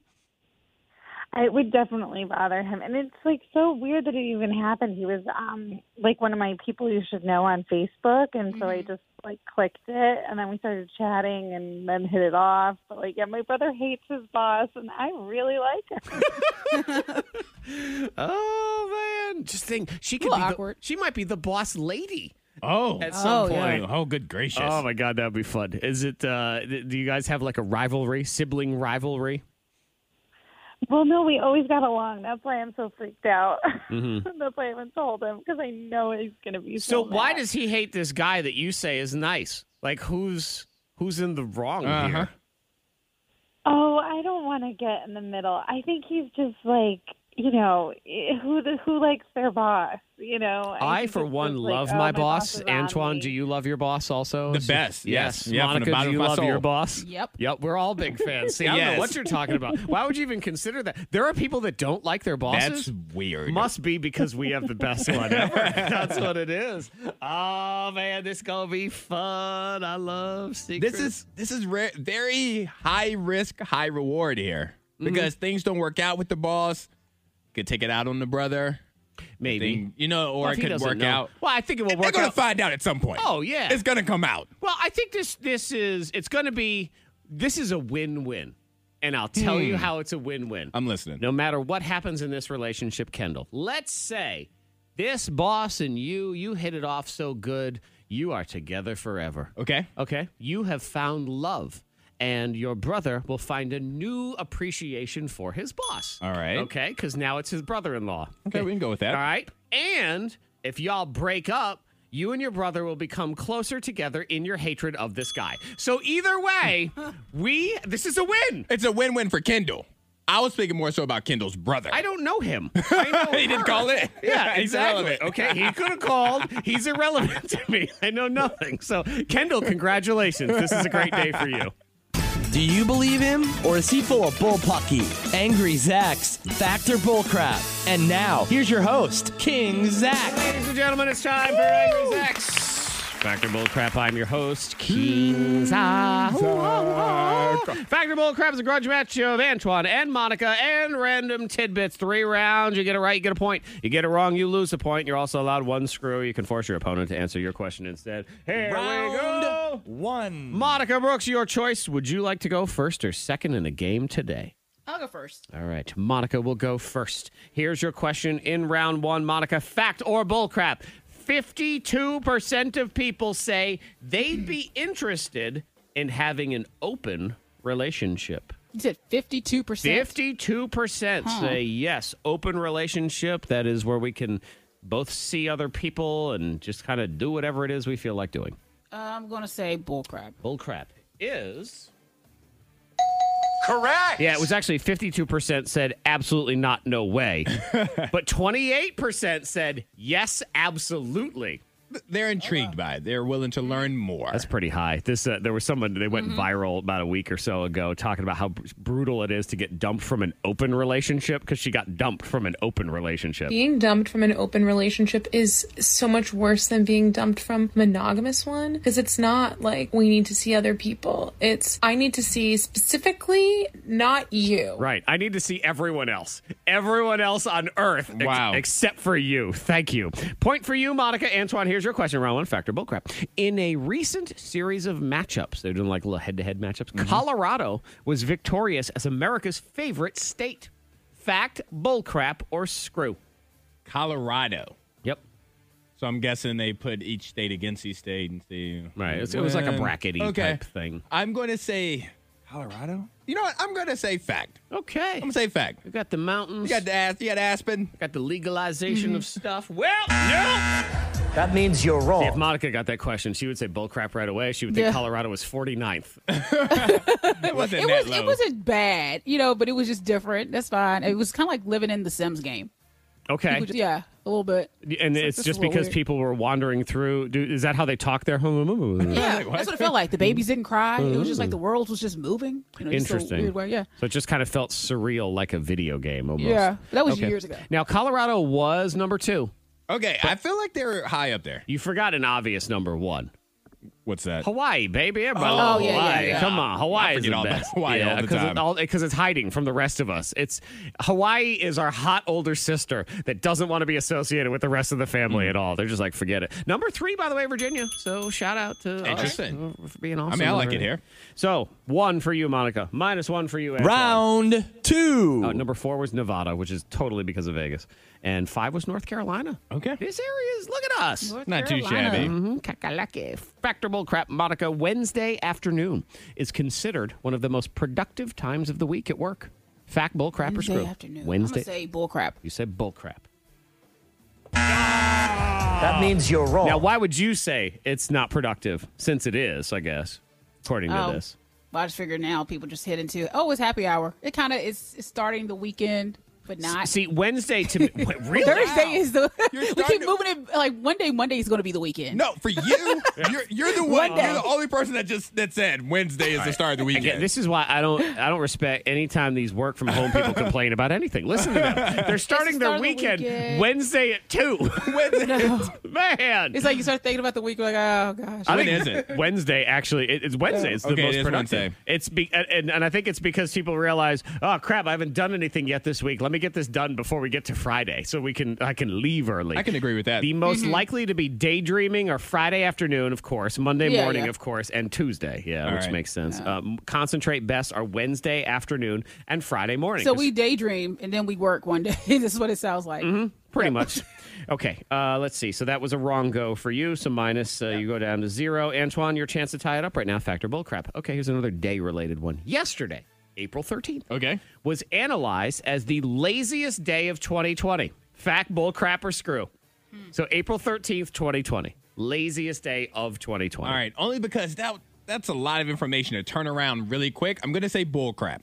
it would definitely bother him. And it's like so weird that it even happened. He was um like one of my people you should know on Facebook and so I just like clicked it and then we started chatting and then hit it off. But like yeah, my brother hates his boss and I really like him.
Oh, man. Just think she could
Little
be the-
awkward.
she might be the boss lady.
Oh.
At some
Oh, yeah.
point.
Oh, good gracious.
Oh my god, that would be fun. Is it? Uh, th- do you guys have like a rivalry, sibling rivalry?
Well, no, we always got along. That's why I'm so freaked out. (laughs) That's why I haven't told him because I know he's gonna be
So
so.
why
mad.
does he hate this guy that you say is nice? Like who's who's in the wrong
Uh-huh.
here?
Oh, I don't want to get in the middle. I think he's just like you know eh, who the, who likes their boss. You know,
I,
think
for
it's
one,
just like,
love
oh,
my boss.
is on
Antoine,
me.
do you love your boss also?
The
Is-
best, yes. Yeah, from
Monica,
the
do
bottom
you
of my
love your
soul.
boss?
Yep.
Yep, we're all big fans. See, I don't know
Yes.
what you're talking about. Why would you even consider that? There are people that don't like their bosses.
That's weird.
Must be because we have the best
(laughs)
one ever. That's what it is. Oh man, this gonna be fun. I love secrets.
this is this is rare, very high risk, high reward here
Mm-hmm.
because things don't work out with the boss. Could take it out on the brother.
maybe.
Thing- you know, or
Well, if
it
he
could
doesn't
work
know-
out.
Well, I think it will
They're
work
gonna
out.
find out at some point.
Oh, yeah.
it's gonna come out.
well, I think this this is it's gonna be this is a win win, and I'll tell you
Hmm.
how it's a win win.
I'm listening.
No matter what happens in this relationship, Kendall, let's say this boss and you you hit it off so good, you are together forever.
Okay.
Okay. You have found love, and your brother will find a new appreciation for his boss.
All right.
Okay. Because now it's his brother in law.
Okay, we can go with that.
All right. And if y'all break up, you and your brother will become closer together in your hatred of this guy. So either way, we this is a win.
It's a win-win for Kendall. I was thinking more so about Kendall's brother.
I don't know
(laughs)
him. I know
He didn't
her.
call it.
(laughs) Yeah,
(laughs) He's
exactly.
irrelevant.
Okay, he could have called. He's irrelevant (laughs) to me. I know nothing. So, Kendall, congratulations. This is a great day for you.
Do you believe him, or is he full of bullpucky? Angry Zach's Factor Bullcrap. And now, here's your host, King Zach.
Ladies and gentlemen, it's time for Angry Zach's. Factor Bullcrap, I'm your host, King Zach. Factor Bullcrap is a grudge match of Antoine and Monica and random tidbits. Three rounds. You get it right, you get a point. You get it wrong, you lose a point. You're also allowed one screw. You can force your opponent to answer your question instead. Here we go.
one.
Monica Brooks, your choice. Would you like to go first or second in the game today?
I'll go first.
All right, Monica will go first. Here's your question in round one, Monica. Fact or bullcrap? 52% of people say they'd be interested in having an open relationship.
You said 52%.
52% say yes, open relationship. That is where we can both see other people and just kind of do whatever it is we feel like doing.
I'm going to say bullcrap.
Bullcrap is.
Correct.
Yeah, it was actually 52% said absolutely not, no way. but 28% said yes, absolutely.
they're intrigued by it. They're willing to learn more.
Oh, That's pretty high. This uh, there was someone they went viral about a week or so ago talking about how br- brutal it is to get dumped from an open relationship because she got dumped from an open relationship.
Being dumped from an open relationship is so much worse than being dumped from monogamous one because it's not like we need to see other people. It's I need to see specifically not you.
Right. I need to see everyone else. Everyone else on earth. ex-
Wow.
except for you. Thank you. Point for you, Monica. Antoine, here's your question round one factor bullcrap. In a recent series of matchups, they're doing like little head to head matchups,
Mm-hmm.
Colorado was victorious as America's favorite state. Fact, bullcrap, or screw?
Colorado.
Yep.
So I'm guessing they put each state against each state and see.
Right. It's- it was like a
when-
brackety type thing.
I'm going to say Colorado. You know what? I'm going to say fact.
Okay.
I'm going to say fact.
we got the mountains.
You got the As- you got Aspen.
got the legalization of
Mm-hmm.
stuff. Well, yeah.
That means you're wrong.
If Monica got that question, she would say bullcrap right away. She would think
Yeah.
Colorado was
(laughs)
49th.
It wasn't
It
that
was
low.
it wasn't bad, you know, but it was just different. That's fine. It was kind of like living in the Sims game.
Okay.
People just- yeah, a little bit.
And
So
it's,
this is
just
what
because
we're-
people were wandering through. Do, is that how they talk their
(laughs)
home?
Yeah,
like, what?
that's what it felt like. The babies didn't cry. It was just like the world was just moving. You know, just a
Interesting.
weird way. Yeah.
So it just kind of felt surreal, like a video game almost.
Yeah. That was
Okay.
years ago.
Now Colorado was number two.
okay. I feel like they're high up there.
You forgot an obvious number one.
What's that?
Hawaii, baby. Everybody
Oh,
loves
yeah, yeah,
Hawaii.
yeah.
Come on. Hawaii is
forget
the
all about
best.
Hawaii all the time.
Because it's hiding from the rest of us. It's Hawaii is our hot older sister that doesn't want to be associated with the rest of the family
Hmm.
at all. They're just like, forget it. Number three, by the way, Virginia. So shout out to us
Interesting.
for being awesome.
mean, I
and
like it
everything.
here.
So one for you, Monica. Minus one for you, Antoine.
Round two.
Oh,
Uh, number four was Nevada, which is totally because of Vegas. And five was North Carolina.
Okay.
This area is, look at us.
Not too
Carolina.
shabby.
Mm-hmm. Kakalaki. Factor bull crap, Monica. Wednesday afternoon is considered one of the most productive times of the week at work. Fact, bull crap, or
Wednesday
screw.
afternoon.
Wednesday.
I'm gonna say bullcrap.
you said bull crap.
that means you're wrong.
Now, why would you say it's not productive? Since it is, I guess, according to
Oh.
this.
Well, I just figured now people just hit into oh, it's happy hour. It kind of is it's starting the weekend, but not.
See, Wednesday
(laughs)
to me, Wait, really?
Thursday is the. (laughs)
You're
we
starting
keep
to-
moving it like one day. Monday is going to be the weekend.
No, for (laughs) you, you're, you're the one. You're
One day.
the only person that just that said Wednesday is the start of the weekend.
Yeah, this is why I don't I don't respect anytime these work from home
(laughs)
people complain about anything. Listen to them. They're starting
start
their
of the
weekend,
weekend.
Wednesday at two. (laughs)
Wednesday.
Man,
(laughs) It's like you start thinking about the week. You're like, oh gosh.
I
When
think
is it?
Wednesday, actually. It- it's Wednesday. It's the
Okay, it
most
is
productive.
Wednesday.
It's be, and, and I think it's because people realize, oh crap, I haven't done anything yet this week. Let me get this done before we get to Friday, so we can I can leave early.
I can agree with that.
The most
Mm-hmm.
likely to be daydreaming are Friday afternoon, of course, Monday
Yeah,
morning,
yeah.
of course, and Tuesday. Yeah, which
right.
makes sense. Um, concentrate best are Wednesday afternoon and Friday morning.
So
'cause
we daydream and then we work one day. (laughs) this is what it sounds like.
Mm-hmm.
pretty much. (laughs) Okay, uh, let's see. So that was a wrong go for you. So minus, uh, you go down to zero. Antoine, your chance to tie it up right now. Factor bullcrap. Okay, here's another day-related one. Yesterday, April 13th,
Okay.
was analyzed as the laziest day of 2020. Fact, bullcrap, or screw. So April 13th, 2020, laziest day of 2020.
All right. Only because that that's a lot of information to turn around really quick. I'm gonna say bull crap.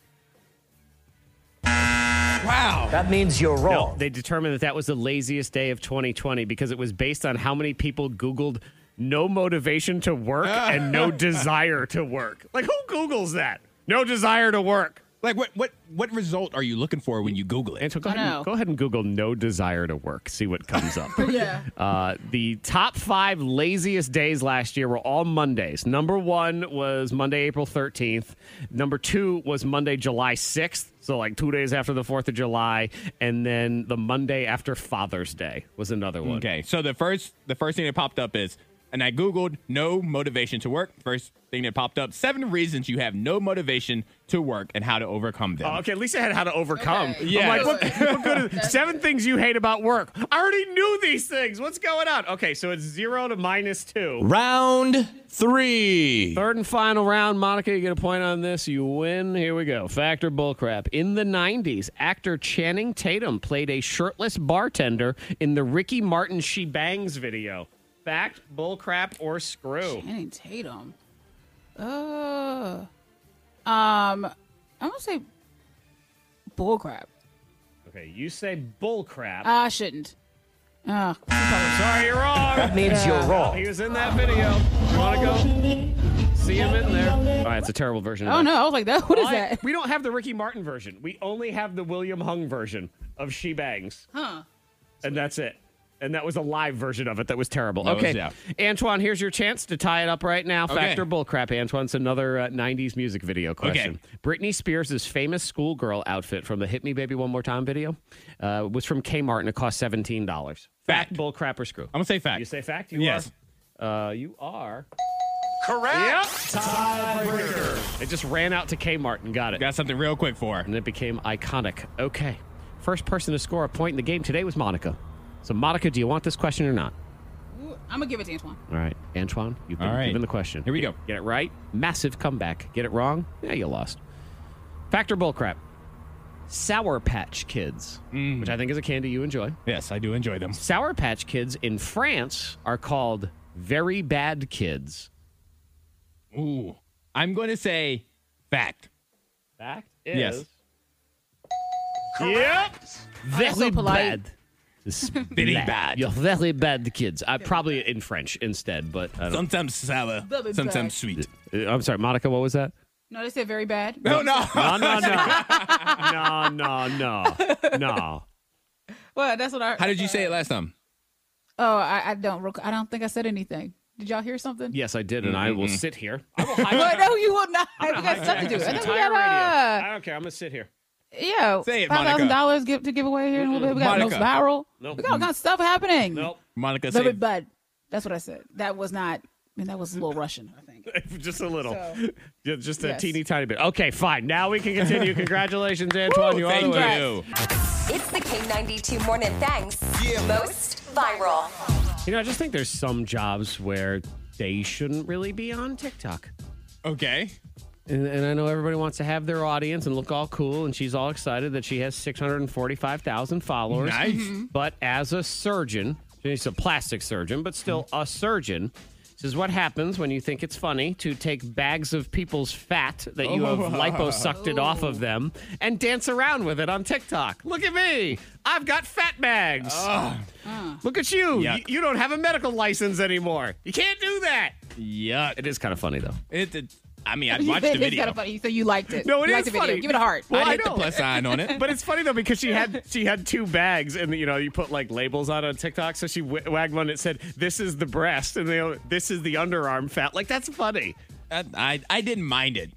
Wow.
that means you're
No,
wrong.
they determined that that was the laziest day of 2020 because it was based on how many people Googled no motivation to
(laughs)
work and no desire to work. Like, who Googles that? No desire to work.
Like what what what result are you looking for when you Google it?
Anto, go, ahead
know.
and, go ahead and Google no desire to work. See what comes up.
(laughs) Yeah.
Uh, the top five laziest days last year were all Mondays. Number one was Monday, April 13th. Number two was Monday, July 6th. So, like two days after the 4th of July. And then the Monday after Father's Day was another one.
Okay. So the first the first thing that popped up is and I Googled no motivation to work. First thing that popped up, seven reasons you have no motivation to work and how to overcome them.
Oh, okay, at least I had how to overcome.
Okay.
Yeah.
Yes.
I'm like, what, what good
(laughs)
is, seven things you hate about work. I already knew these things. What's going on? Okay, so it's zero to minus two.
Round three.
Third and final round, Monica, you get a point on this. You win. Here we go. Factor bullcrap. In the 90s, actor Channing Tatum played a shirtless bartender in the Ricky Martin She Bangs video. Fact, bullcrap, or screw?
Channing Tatum. Uh, um, I'm gonna say bullcrap.
Okay, you say bullcrap.
Ah.
I shouldn't. Oh,
Sorry, you're wrong.
That means you're wrong.
He was in that video. You want to go see him in there? All right, it's a terrible version. Of
Oh
that.
no! I was like, that. What is
Why-
that? (laughs)
We don't have the Ricky Martin version. We only have the William Hung version of She Bangs,
Huh?
and that's it. And that was a live version of it that was terrible.
That was-
okay.
yeah.
Antoine, here's your chance to tie it up right now.
Okay.
Factor bullcrap, Antoine. It's another uh, 90s music video question. Britney Spears' famous schoolgirl outfit from the Hit Me Baby One More Time video uh, was from Kmart and it cost $17. Fact, bullcrap, or screw? I'm
going to say fact.
You say fact? You
Yes.
Are, uh, you are.
Correct.
It just ran out to Kmart and got it.
Got something real quick for.
And it became iconic. Okay. First person to score a point in the game today was Monica. So, Monica, do you want this question or not?
Ooh, I'm gonna give it to Antoine.
All right. Antoine, you've been
All right.
given the question.
Here we go.
Get it right. Massive comeback. Get it wrong. Yeah, you lost. Factor bullcrap. Sour Patch Kids,
Mm.
which I think is a candy you enjoy.
Yes, I do enjoy them.
Sour Patch Kids in France are called very bad kids.
Ooh. I'm going to say fact.
Fact is.
Yes.
Yep. Very
so polite.
bad.
(laughs)
It's
Very bad.
You're very bad kids. I probably in French instead, but I don't.
Sometimes sour,
Very
sometimes sweet.
bad.
Uh, I'm sorry, Monica. What was that?
No, they said very bad.
Oh, No, no.
No, no, no, no, no, no, no.
Well, that's what I.
How did you say it last time?
Oh, I, I don't. rec- I don't think I said anything. Did y'all hear something?
Yes, I did, and I will sit here. I will
But
hide
no, you will not. You got stuff to do. I
this
think we
entire radio.
got
I don't care. I'm gonna sit here.
a yeah,
Say it,
five thousand dollars give to give away here in a little bit. We got no
Monica.
viral.
Nope.
We got all kinds of stuff happening.
Nope. (laughs)
Monica
Very
said.
bad. That's what I said. That was not. I mean, that was a little Russian. I
(laughs)
think.
Just a little, (laughs)
So-
Yeah, just a
Yes.
teeny tiny bit. Okay, fine. Now we can (laughs) continue. Congratulations, Antoine. you are the
Thank
winner.
you.
It's the K92 Morning Thanks most viral.
You know, I just think there's some jobs where they shouldn't really be on TikTok.
Okay.
And, and I know everybody wants to have their audience and look all cool, and she's all excited that she has 645,000 followers.
Nice. Mhm.
But as a surgeon, she's a plastic surgeon, but still a surgeon. This is what happens when you think it's funny to take bags of people's fat that you
Oh.
have liposucked it off of them and dance around with it on TikTok. Look at me. I've got fat bags. Look at you. You,
Yuck.
you don't have a medical license anymore. You can't do that.
Yuck.
It is kind of funny, though.
It, it, I mean, I
(laughs) You
watched
said
the
it's kinda
video.
funny. You said you liked it.
No, it
you liked
is
the video.
funny.
Give it a heart.
Well,
I
I
hit the
know.
plus sign on (laughs) it.
But it's funny though because she
(laughs)
had she had two bags and you know you put like labels on it on TikTok. So she w- wagged one that said "This is the breast" and the other, "This is the underarm fat." Like that's funny.
I, I, I didn't mind it.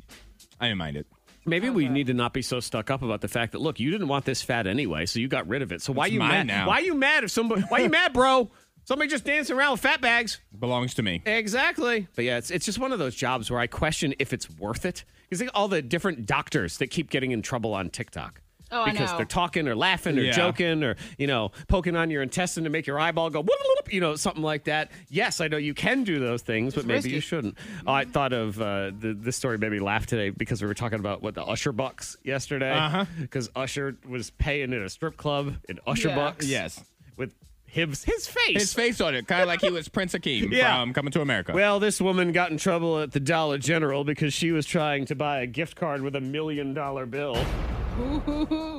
I didn't mind it.
Maybe we
Uh-huh.
need to not be so stuck up about the fact that look, you didn't want this fat anyway, so you got rid of it. So why
It's
you
mine
mad?
now.
Why you mad if somebody? Why you mad, bro? Somebody just dancing around with fat bags.
Belongs to me.
Exactly. But yeah, it's, it's just one of those jobs where I question if it's worth it. Because all the different doctors that keep getting in trouble on TikTok.
Oh, I
because
know.
they're talking or laughing or
Yeah.
joking or, you know, poking on your intestine to make your eyeball go, you know, something like that. Yes, I know you can do those things, but maybe
risky.
you shouldn't. Oh, I thought of uh, the, this story made me laugh today because we were talking about what the Usher bucks yesterday.
Uh-huh.
Because Usher was paying at a strip club in Usher
Yeah.
bucks.
Yes.
With his, his face.
His face on it, kind of like he was Prince Akeem
Yeah.
from Coming to America.
Well, this woman got in trouble at the Dollar General because she was trying to buy a gift card with a million dollar bill.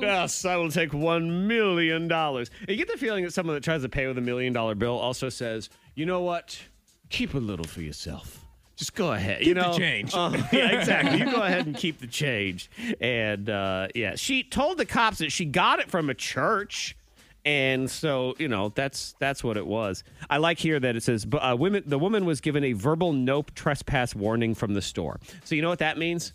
Yes, I will take one million dollars. You get the feeling that someone that tries to pay with a million dollar bill also says, you know what? Keep a little for yourself. Just go ahead. you
the
know,
change.
Uh,
(laughs)
yeah, exactly. You go ahead and keep the change. And uh, yeah, she told the cops that she got it from a church. And so, you know, that's that's what it was. I like here that it says bu- uh, women the woman was given a verbal no trespass warning from the store. So you know what that means?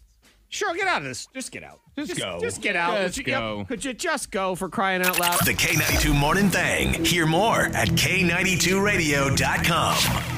Sure, get out of this. Just get out.
Just go.
Just get out.
Just
Would you- yep.
go.
Could you just go for crying out loud?
The K92 Morning Thing. Hear more at K92Radio.com.